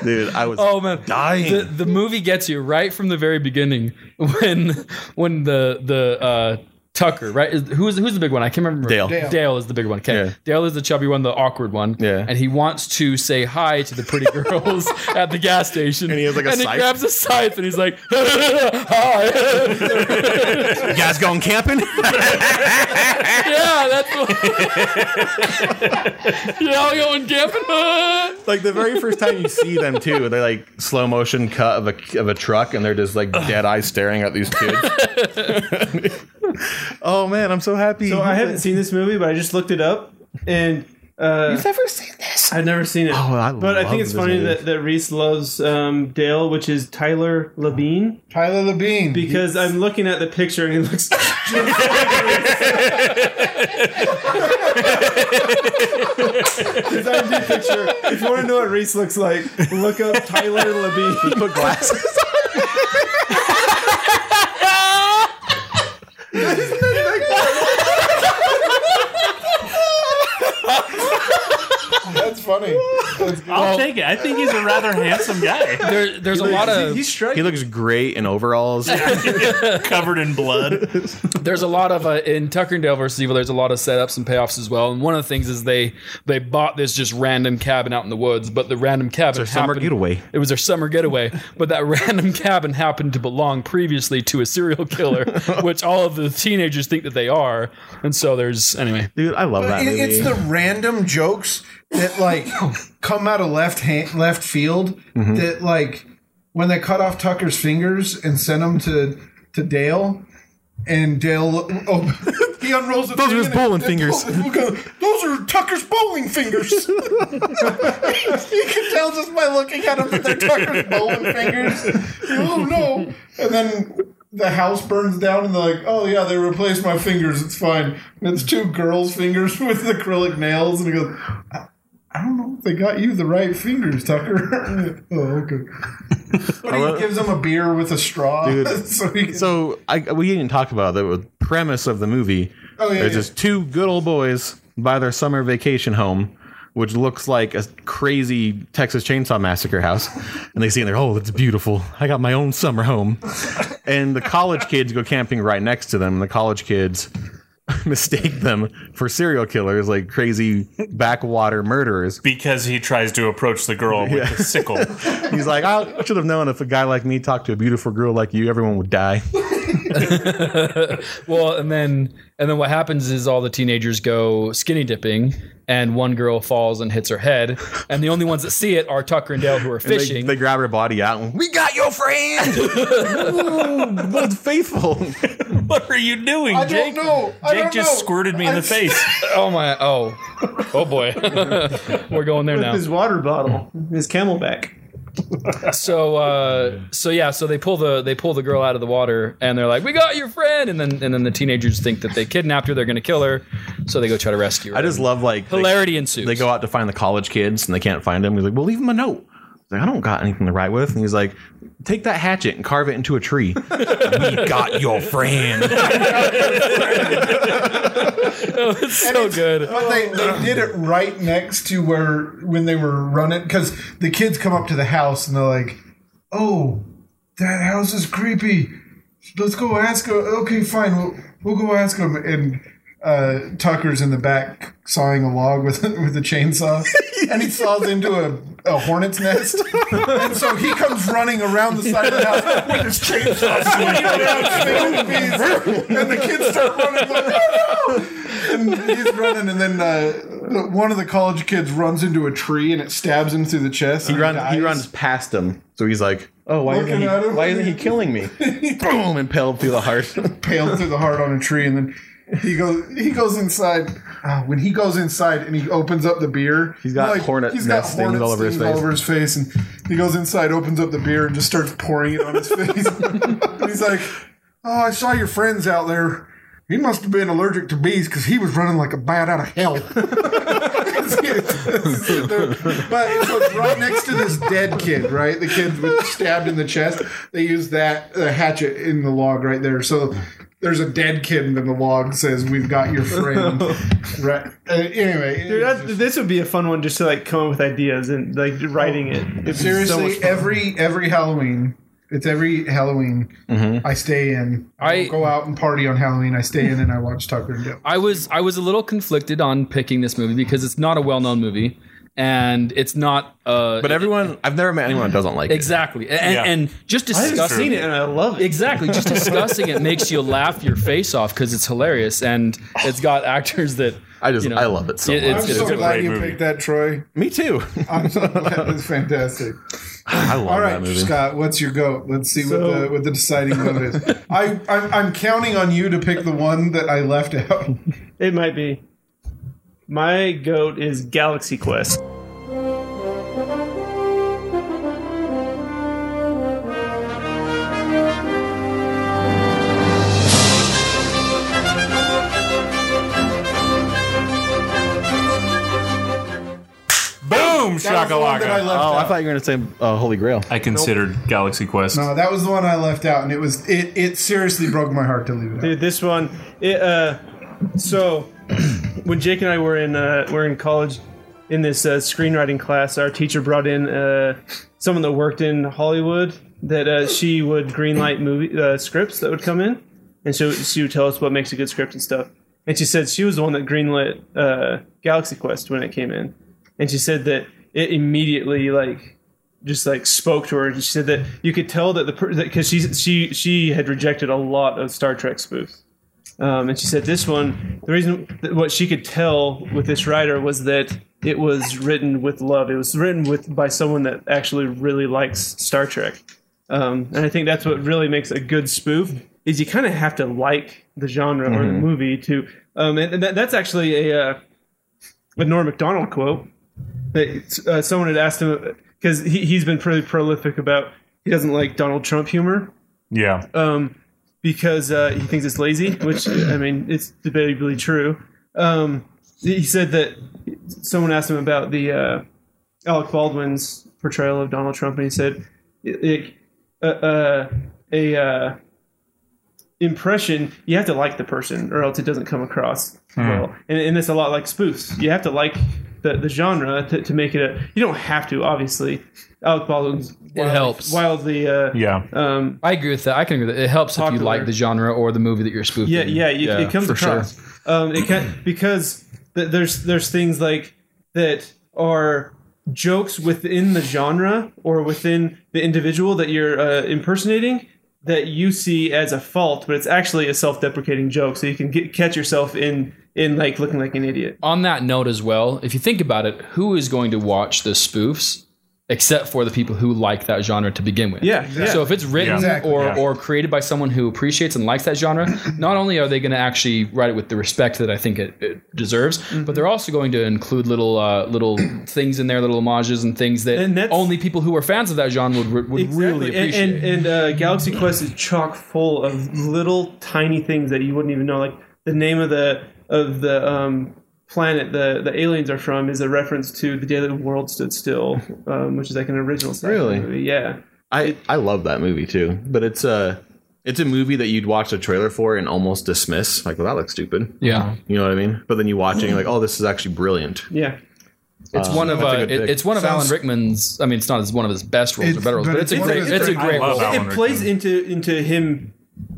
dude, I was
Oh man,
dying.
The, the movie gets you right from the very beginning when when the the uh, Tucker right Is- who's who's the big one I can't remember
Dale.
Dale,
Dale.
is the big one okay
Yeah.
Dale is the chubby one the awkward one
Yeah.
and he wants to say hi to the pretty girls at the gas station and
he has, like, a
and
scythe.
he grabs a scythe and he's like hi
You guys going camping?
yeah Ah, that's what- yeah I'll go and camping
like the very first time you see them too, they're like slow motion cut of a of a truck, and they're just like dead eye staring at these kids. oh man, I'm so happy.
So I haven't seen this movie, but I just looked it up, and uh,
You've never seen this.
I've never seen it.
Oh, I
but I
love
think it's
this
funny
movie.
that, that Reese loves um, Dale, which is Tyler Labine,
Tyler Labine.
because I'm looking at the picture and he looks. picture. If you want to know what Reese looks like, look up Tyler Labine.
put glasses.
That's funny. That's good.
I'll take it. I think he's a rather handsome guy.
there, there's a lot of
He's
He
striking.
looks great in overalls.
Covered in blood.
there's a lot of uh, in Tucker and Dale versus Evil. There's a lot of setups and payoffs as well. And one of the things is they they bought this just random cabin out in the woods, but the random cabin
their summer
happened-
getaway.
It was their summer getaway, but that random cabin happened to belong previously to a serial killer, which all of the teenagers think that they are. And so there's anyway.
Dude, I love that
It-
movie.
it's the random jokes that like come out of left hand, left field.
Mm-hmm.
That like when they cut off Tucker's fingers and sent him to to Dale, and Dale oh, he unrolls the
Those
thing
are his
and-
bowling fingers.
Those are Tucker's bowling fingers. you can tell just by looking at them that they're Tucker's bowling fingers. Oh no! And then the house burns down, and they're like, "Oh yeah, they replaced my fingers. It's fine." And it's two girls' fingers with acrylic nails, and he goes. "I- I don't know if they got you the right fingers, Tucker. oh, okay. But he gives him a beer with a straw.
Dude.
so he can,
so I, we didn't talk about the premise of the movie.
Oh, yeah,
there's
yeah.
just two good old boys by their summer vacation home, which looks like a crazy Texas Chainsaw Massacre house, and they see it and they're oh, it's beautiful. I got my own summer home, and the college kids go camping right next to them. And the college kids
mistake them for serial killers, like crazy backwater murderers.
Because he tries to approach the girl with
Yeah.
a sickle.
He's like, I should have known if a guy like me talked to a beautiful girl like you, everyone would die.
well, and then and then what happens is all the teenagers go skinny dipping, and one girl falls and hits her head, and the only ones that see it are Tucker and Dale who are
And they-
fishing.
They, grab her body out and
We got your friend.
But faithful.
what are you doing,
I
Jake?
don't know. I
Jake
don't
just
know.
squirted me in the
I'm-
face.
oh my! Oh, oh boy, we're going there
With
now.
his water bottle, his Camelback.
so uh, so yeah, so they pull the they pull the girl out of the water, and they're like, "We got your friend!" And then and then the teenagers think that they kidnapped her, they're going to kill her, so they go try to rescue her.
I just love like
hilarity ensues.
They go out to find the college kids and they can't find him. He's like, "Well, leave him a note." He's like, "I don't got anything to write with." And he's like, "Take that hatchet and carve it into a tree." we got your friend.
it's so good.
But they, they did it right next to where when they were running because the kids come up to the house and they're like, "Oh, that house is creepy. Let's go ask him." Okay, fine. We'll we'll go ask him. And uh, Tucker's in the back sawing a log with with a chainsaw, and he saws into a, a hornet's nest, and so he comes running around the side of the house with his chainsaw swinging around, swinging bees, and the kids start running like, "Oh no!" and he's running, and then uh, one of the college kids runs into a tree and it stabs him through the chest.
He
and
runs. He
dies.
runs past him, so he's like, "Oh, why isn't
Looking
he?
at him.
Why isn't he killing me?" Boom! Impaled through the heart.
Paled through the heart on a tree, and then he goes. He goes inside. Ah, when he goes inside and he opens up the beer, he's
got hornet nest things all over his face.
over his face, and he goes inside, opens up the beer, and just starts pouring it on his face. And he's like, "Oh, I saw your friends out there." He must have been allergic to bees because he was running like a bat out of hell. But so right next to this dead kid, right? The kid was stabbed in the chest. They used that uh, hatchet in the log right there. So there's a dead kid, and then the log says, "We've got your friend." right. Uh, anyway,
Dude, that, this would be a fun one just to like come up with ideas and like writing it. It'd be so
seriously,
much fun.
every every Halloween, it's every Halloween.
Mm-hmm.
I stay in. I don't go out and party on Halloween. I stay in and I watch Tucker and Dale.
I was I was a little conflicted on picking this movie because it's not a well known movie, and it's not. Uh,
But everyone, I've never met anyone that doesn't like it.
exactly, and,
Yeah.
and just
I haven't
discussing
seen
it and I love it.
Exactly, just discussing it makes you laugh your face off because it's hilarious and it's got actors that
I just
you know,
I love it so
it-
much.
it's- it's a
glad
great
you
movie.
picked that, Troy.
Me too.
I'm so glad. It's fantastic.
I love
All right,
that movie.
Scott, what's your goat? Let's see what
So-
the what the deciding vote is. I I'm, I'm counting on you to pick the one that I left out.
It might be. My goat is Galaxy Quest.
Boom!
That was the one that I
Shakalaka.
left
Oh, I
out.
thought you were gonna say uh, Holy Grail.
I considered Galaxy Quest.
no, that was the one I left out, and it was it it seriously broke my heart to leave it out.
Dude, this one. It, uh, so when Jake and I were in uh, were in college in this uh, screenwriting class, our teacher brought in uh, someone that worked in Hollywood that uh, she would greenlight movie uh, scripts that would come in, and so she would tell us what makes a good script and stuff. And she said she was the one that greenlit uh, Galaxy Quest when it came in, and she said that it immediately like just like spoke to her and she said that you could tell that the person because she she she had rejected a lot of Star Trek spoofs, um, and she said this one the reason that what she could tell with this writer was that it was written with love. It was written with by someone that actually really likes Star Trek, um, and I think that's what really makes a good spoof is you kind of have to like the genre or the movie to, um, and, and that, that's actually a uh, a Norm Macdonald quote that uh, someone had asked him because he, he's been pretty prolific about he doesn't like Donald Trump humor
Yeah.
um, because uh, he thinks it's lazy, which I mean it's debatably true. Um, he said that someone asked him about the uh, Alec Baldwin's portrayal of Donald Trump, and he said it, it, uh, uh, a uh, impression you have to like the person, or else it doesn't come across well. And, and it's a lot like spoofs. You have to like the, the genre to, to make it a. You don't have to, obviously. Alec Baldwin's wild,
helps.
wildly. Uh,
Yeah.
Um,
I agree with that. I can agree with that. It helps if you
Popular.
like the genre or the movie that you're spoofing.
yeah, yeah, it, it comes across. Um, it can, because th- there's there's things like that are jokes within the genre or within the individual that you're uh, impersonating that you see as a fault, but it's actually a self-deprecating joke. So you can get, catch yourself in in like looking like an idiot.
On that note as well, if you think about it, who is going to watch the spoofs except for the people who like that genre to begin with?
Yeah, yeah.
So if it's written
Yeah. Exactly,
or,
yeah.
or created by someone who appreciates and likes that genre, not only are they going to actually write it with the respect that I think it, it deserves,
Mm-hmm.
but they're also going to include little uh, little things in there, little homages and things that only people who are fans of that genre would, would really
And-
appreciate.
And, and uh, Galaxy Quest is chock full of little tiny things that you wouldn't even know. Like the name of the of the um, planet the the aliens are from is a reference to the day that the world stood still, um, which is like an original sci-fi
Really?
movie. Yeah.
I I love that movie too, but it's a it's a movie that you'd watch a trailer for and almost dismiss, like, well, that looks stupid.
Yeah.
you know what I mean. But then you watch it, and you're like, oh, this is actually brilliant.
Yeah.
It's one of uh,
Um, that's a good
it-
pick.
it's one of
Sounds-
Alan Rickman's. I mean, it's not as one of his best roles or better roles, but, it's, a great it's a great role.
It, it plays into into him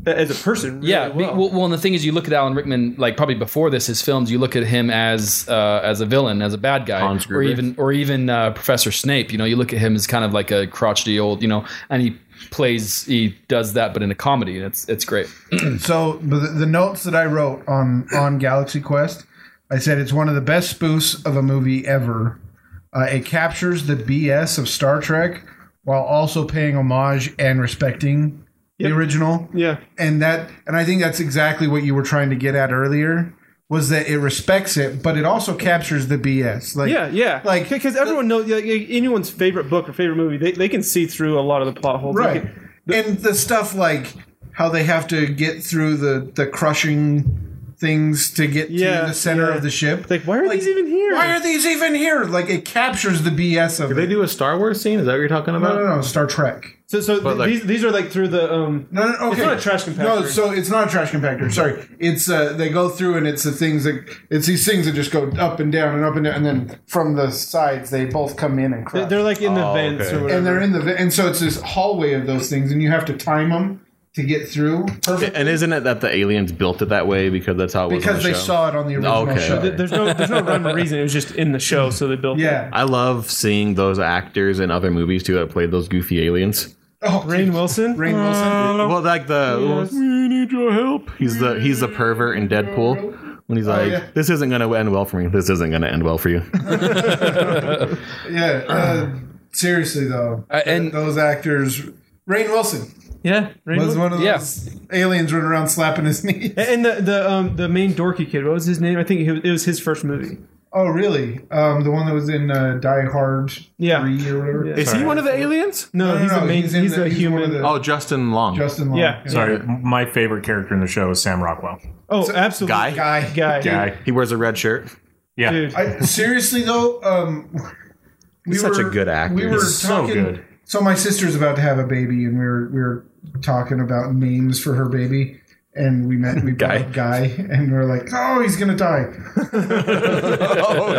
as a person. Really
yeah, be-
well.
well, well, and the thing is, you look at Alan Rickman, like probably before this, his films. You look at him as uh, as a villain, as a bad guy, or
Gruber.
even or even uh, Professor Snape. You know, you look at him as kind of like a crotchety old, you know, and he plays, he does that, but in a comedy. and It's it's great.
so the, the notes that I wrote on on Galaxy Quest, I said it's one of the best spoofs of a movie ever. Uh, it captures the BS of Star Trek while also paying homage and respecting the original.
Yeah,
and that and I think that's exactly what you were trying to get at earlier was that it respects it, but it also captures the BS. Like
yeah, yeah. Like because everyone knows like, anyone's favorite book or favorite movie, they, they can see through a lot of the plot holes. They
right
can-
and the stuff like how they have to get through the the crushing things to get to the center of the ship
like why are these even here
why are these even here like it captures the bs of
Did they do a Star Wars scene? Is that what you're talking about?
no no no star trek
So, so
But, like-
these, these are like through the um.
No, no, okay.
It's not a trash compactor.
No, so it's not a trash compactor. Sorry, it's uh, they go through and it's the things that it's these things that just go up and down and up and down, and then from the sides they both come in and
They're-
crush.
They're like in the
Oh,
vents or whatever.
and they're in the ve- and so it's this hallway of those things, and you have to time them to get through. Perfect.
And isn't it that the aliens built it that way because that's how it was? on
Because
the
they
show?
saw it on the original
Okay.
show.
There- There's no there's no rhyme or reason. It was just in the show, so they built.
Yeah.
I love seeing those actors in other movies too that played those goofy aliens.
Oh,
Rain Wilson. Uh,
Rain Wilson.
well, like the we need your help. He's the he's the pervert in Deadpool when he's like,
Oh, yeah.
"This isn't going to end well for me. This isn't going to end well for you."
Yeah. Uh, seriously though,
Uh,
and those actors, Rain Wilson
Yeah, Rain
was
Wilson.
one of
Yeah.
those aliens running around slapping his knee.
And the the um the main dorky kid. What was his name? I think he was- it was his first movie.
Oh, really? Um, the one that was in uh, Die Hard
Yeah.
3 or whatever?
Is he one of the aliens?
No, he's the main. He's,
in
a
the- he's one
human.
of the-
Oh, Justin Long.
Justin Long.
Yeah.
Sorry, my favorite character in the show is Sam Rockwell.
Oh, absolutely.
Guy?
Guy.
Guy.
Guy.
He wears a red shirt.
Yeah.
I, seriously though, um, we
He's such a good actor.
We were
He's so
talking,
good.
So my sister's about to have a baby, and we were we were talking about names for her baby, and we met we guy guy, and we are like, oh, he's gonna die. oh,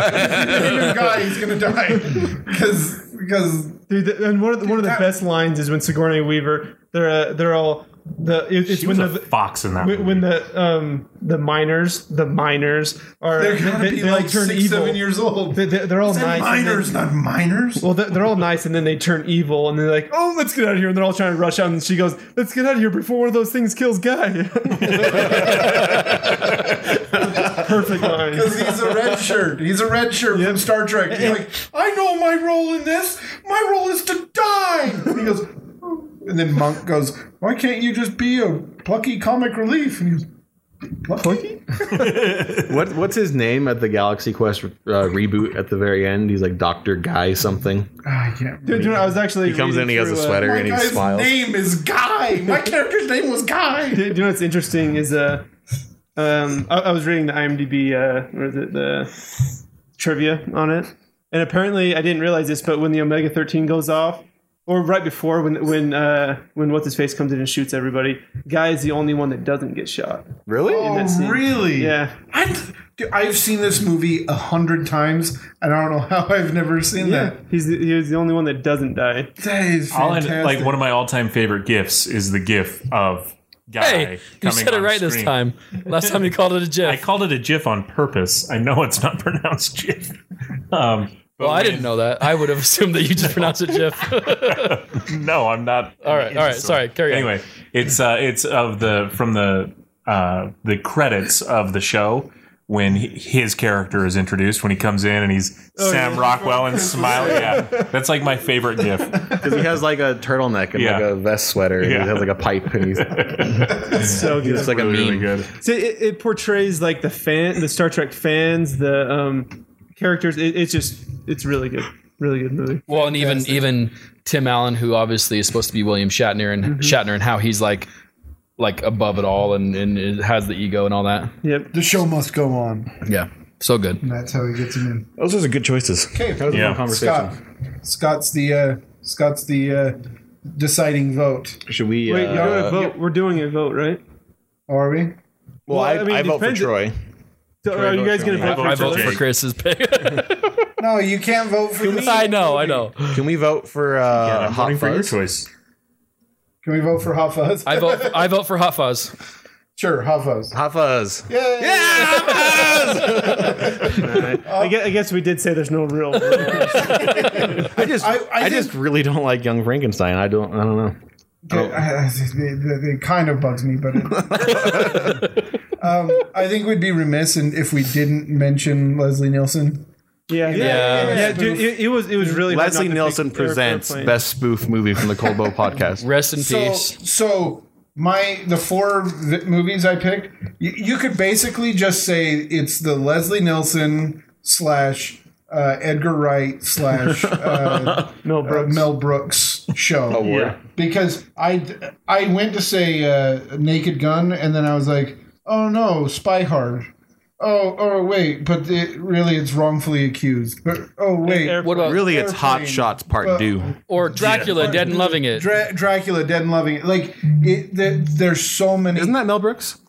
guy, he's gonna die because because
Dude, the, and one of the, one of the best lines is when Sigourney Weaver. They're uh, they're all the. It, it's
She
when
was a
the
fox in that.
when, when the um the miners the miners are
They're gonna be
all
like six, seven years old.
They, they, they're all
I said
nice. and
miners, not miners.
Well, they're, they're all nice, and then they turn evil, and they're like, "Oh, let's get out of here!" And they're all trying to rush out, and she goes, "Let's get out of here before one of those things kills Guy." Perfect line.
Because he's a red shirt. He's a red shirt from Star Trek. He's like, I know my role in this. My role is to die. And he goes, "Oh." and then Monk goes, Why can't you just be a plucky comic relief? And he goes, Plucky?
what what's his name at the Galaxy Quest uh, reboot at the very end? He's like Doctor Guy something.
I can't.
Dude, dude, I was actually.
He comes in, he
reading
has a
through, uh,
sweater, and he smiles.
name is Guy. My character's name was Guy.
Do, do you know what's interesting is uh, um, I, I was reading the IMDb uh, or the, the trivia on it, and apparently I didn't realize this, but when the omega thirteen goes off, or right before when when uh, when what's his face comes in and shoots everybody, guy is the only one that doesn't get shot.
Oh.
Really?
in that scene.
really?
Yeah.
I, Dude, I've seen this movie a hundred times, and I don't know how I've never seen
Yeah,
that.
he's the, he's the only one that doesn't die.
That is
I'll end,
fantastic.
like one of my all-time favorite gifs is the gif of guy.
Hey, you
coming
said it
on
right this
screen.
time. Last time you called it a gif.
I called it a gif on purpose. I know it's not pronounced gif. Um,
well, I didn't know that. I would have assumed that you just pronounced it gif.
no, I'm not.
All right, all right. Sorry, carry on.
anyway, it's uh, it's of the from the uh, the credits of the show when he, his character is introduced when he comes in and he's
Oh,
Sam
yeah.
Rockwell and Smiley. Yeah, that's like my favorite gif.
Because he has like a turtleneck and
Yeah.
like a vest sweater. And
Yeah.
He has like a pipe and he's
so
He's
good.
like a meme.
So it, it portrays like the fan, the Star Trek fans, the um, characters. It, it's just, it's really good, really good movie.
Well, and even even Tim Allen, who obviously is supposed to be William Shatner, and
Mm-hmm.
Shatner, and how he's like like above it all, and and it has the ego and all that.
Yep.
The show must go on.
Yeah, so good.
That's how he gets him in.
Those are good choices.
Okay,
That was a Yeah. fun conversation.
Scott. Scott's the uh, Scott's the uh, deciding vote.
Should we?
Wait,
uh,
you gotta vote. We're doing a vote, right?
Are we?
Well, I, I, vote for
depends-
Troy.
So are you guys gonna vote for?
I vote for Chris's pick.
No, you can't vote for. me.
I know, I know.
Can we vote for uh, Hot Fuzz?
choice.
Can we vote for Hot Fuzz?
I vote. I vote for Hot Fuzz.
Sure, Hot Fuzz.
Hot Fuzz.
Yay!
I, guess, I guess we did say there's no real.
I just, I, just really don't like Young Frankenstein. I don't, I don't know.
Uh, It, it- it kind of bugs me, but it- um, I think we'd be remiss in, if we didn't mention Leslie Nielsen.
Yeah, yeah, yeah,
Yeah.
dude, it, it was it was really hard
Leslie
not to
Nielsen
pick Eric
presents
Airplane.
best spoof movie from the Cold Bow podcast.
Rest in
So,
peace.
so my the four vi- movies I picked, you, you could basically just say it's the Leslie Nielsen slash uh, Edgar Wright slash uh,
Mel
Brooks. Mel Brooks show.
Oh, word. Yeah.
Because I I went to say uh, Naked Gun, and then I was like, oh no, Spy Hard. Oh, oh wait, but it, really, it's wrongfully accused. But oh wait,
What about
really, it's Hot
Airplane.
Shots Part
Well,
Two.
or Dracula, Dead and Loving It?
Dra- Dracula, Dead and Loving It. Like, it, there, there's so many.
Isn't that Mel Brooks?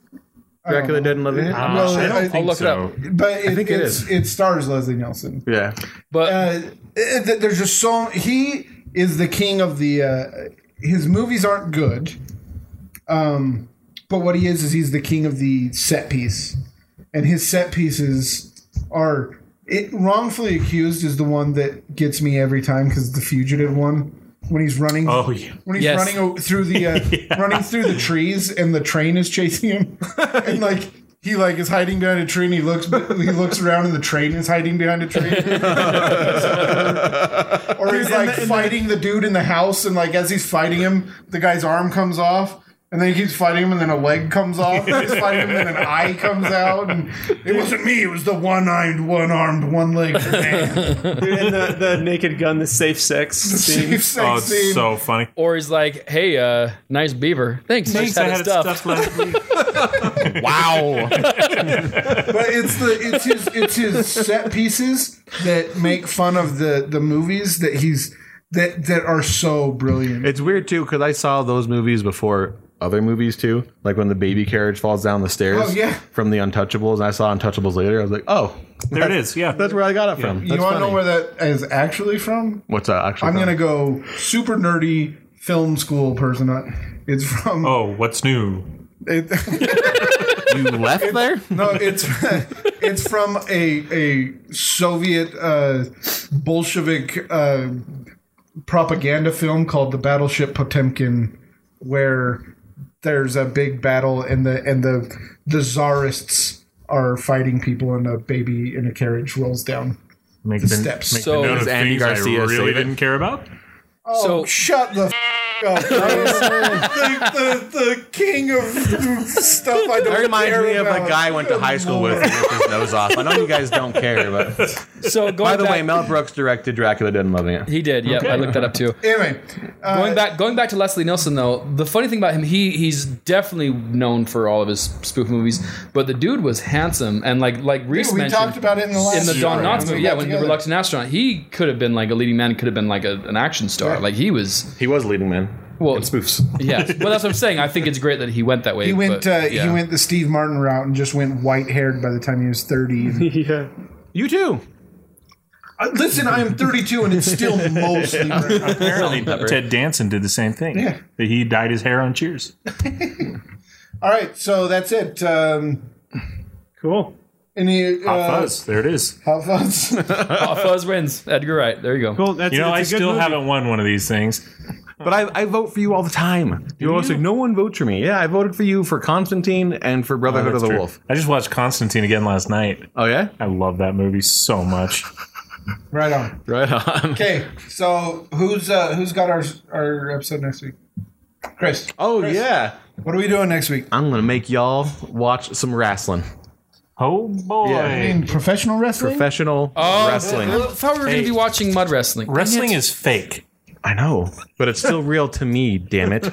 don't
Dracula
know.
Dead and Living.
Uh, no, I don't
I'll look it up.
But it,
think it
it's,
is.
it stars Leslie Nielsen.
Yeah.
But
Uh, it- it- there's just so he is the king of the. Uh, his movies aren't good, um, but what he is is he's the king of the set piece, and his set pieces are. It, wrongfully accused is the one that gets me every time because the fugitive one when he's running
Oh yeah.
when he's
Yes.
running o- through the uh, running through the trees and the train is chasing him and like he like is hiding behind a tree and he looks he looks around and the train is hiding behind a tree or he's like fighting the dude in the house and like as he's fighting him the guy's arm comes off and then he keeps fighting him, and then a leg comes off. And he's fighting him, and then an eye comes out. And it wasn't me; it was the one-eyed, one-armed, one-legged man.
Dude, and the, the naked gun, the safe sex
Oh,
Safe
scene.
sex
it's
scene.
so funny.
or he's like, "Hey, uh, nice beaver. Thanks, just had, it stuffed."
last week.
Wow.
but it's the it's his it's his set pieces that make fun of the the movies that he's that that are so brilliant.
It's weird too because I saw those movies before other movies too. Like when the baby carriage falls down the stairs.
Oh, yeah.
From the Untouchables, and I saw Untouchables later. I was like, oh,
There it is. Yeah.
that's where I got it from.
you
That's
want to know
funny.
where that is actually from?
What's that actually?
I'm
Uh-huh.
from?
gonna go super nerdy film school person. It's from
Oh, what's new?
it,
You left there?
no, it's it's from a a Soviet uh, Bolshevik uh, propaganda film called The Battleship Potemkin, where there's a big battle and the and the the czarists are fighting people and a baby in a carriage rolls down.
Make the,
steps.
Make
So-
the note
Does
of
Andy
things
Garcia
I really
save it?
didn't care about.
so
Shut the. F- up, Bryce. the, the, the king of stuff I don't
That reminds
care
me of a
about.
guy I went to high school with who ripped his nose off. I know you guys don't care, but
so going
by the
back,
way, Mel Brooks directed Dracula Dead and Loving It.
he did. Yep, I looked that up too.
Anyway, uh,
going back going back to Leslie Nielsen though, the funny thing about him, he he's definitely known for all of his spoof movies, but the dude was handsome and like like Reese
we
mentioned
talked about it in the last
in the Don
story,
Knotts
we
movie, yeah,
got
when the
together.
reluctant astronaut, he could have been like a leading man, could have been like a, an action star,
Right.
like he was.
He was leading man.
Well, it spoofs. Yeah. Well, that's what I'm saying. I think it's great that he went that way.
He went.
but,
uh,
yeah.
He went the Steve Martin route and just went white haired by the time he was thirty. Uh,
yeah.
You too.
listen, I am thirty-two and it's still mostly. brown.
Apparently, Ted Danson did the same thing.
Yeah.
That he dyed his hair on Cheers.
All right, so that's it. Um,
cool.
Any
Hot
uh,
Fuzz. There it is.
Hot fuzz.
Hot Fuzz Oh, wins. Edgar Wright. There you go.
Cool. That's,
you know, I still haven't won one of these things.
But I, I vote for you all the time. You always like no one votes for me. Yeah, I voted for you for Constantine and for
Oh,
Brotherhood
that's
of the
true.
Wolf.
I just watched Constantine again last night.
Oh yeah,
I love that movie so much.
right on.
Right on.
Okay, so who's uh, who's got our our episode next week? Chris.
Oh yeah.
What are we doing next week?
I'm gonna make y'all watch some wrestling.
Oh boy!
I mean, professional wrestling.
Professional
Oh,
wrestling.
I thought we were going to be watching mud wrestling.
Wrestling is fake.
I know, but it's still real to me. Damn it!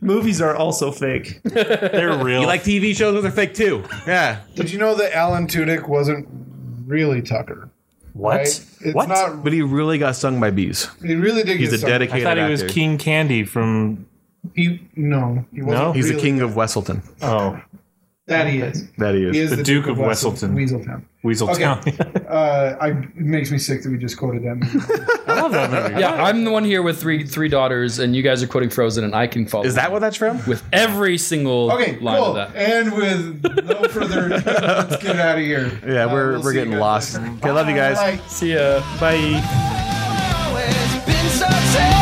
Movies are also fake.
They're real.
You like TV shows that are fake too? Yeah.
Did you know that Alan Tudyk wasn't really Tucker?
What?
Right? It's
what?
not.
But he really got stung by bees.
He really did.
He's
get
a
some-
I
dedicated
thought he was
actor.
King Candy from.
He no. He wasn't
No?
He's the
really-
king of Wesselton.
Oh,
That he is.
That he is.
He is
the, Duke, of Wesselton.
Weaseltown.
Weaseltown.
Uh, I, it makes me sick that we just quoted that movie.
I love that movie.
Yeah, I'm the one here with three three daughters, and you guys are quoting Frozen, and I can follow.
Is that what that's
Uh,
from?
with every single
Okay,
line
cool.
of that?
And with no further, let's get out of here.
Yeah,
Uh,
we're we're
we'll see you
getting
guys
lost.
next time.
Okay, love you guys.
Bye.
See ya. Bye.
always been so sad.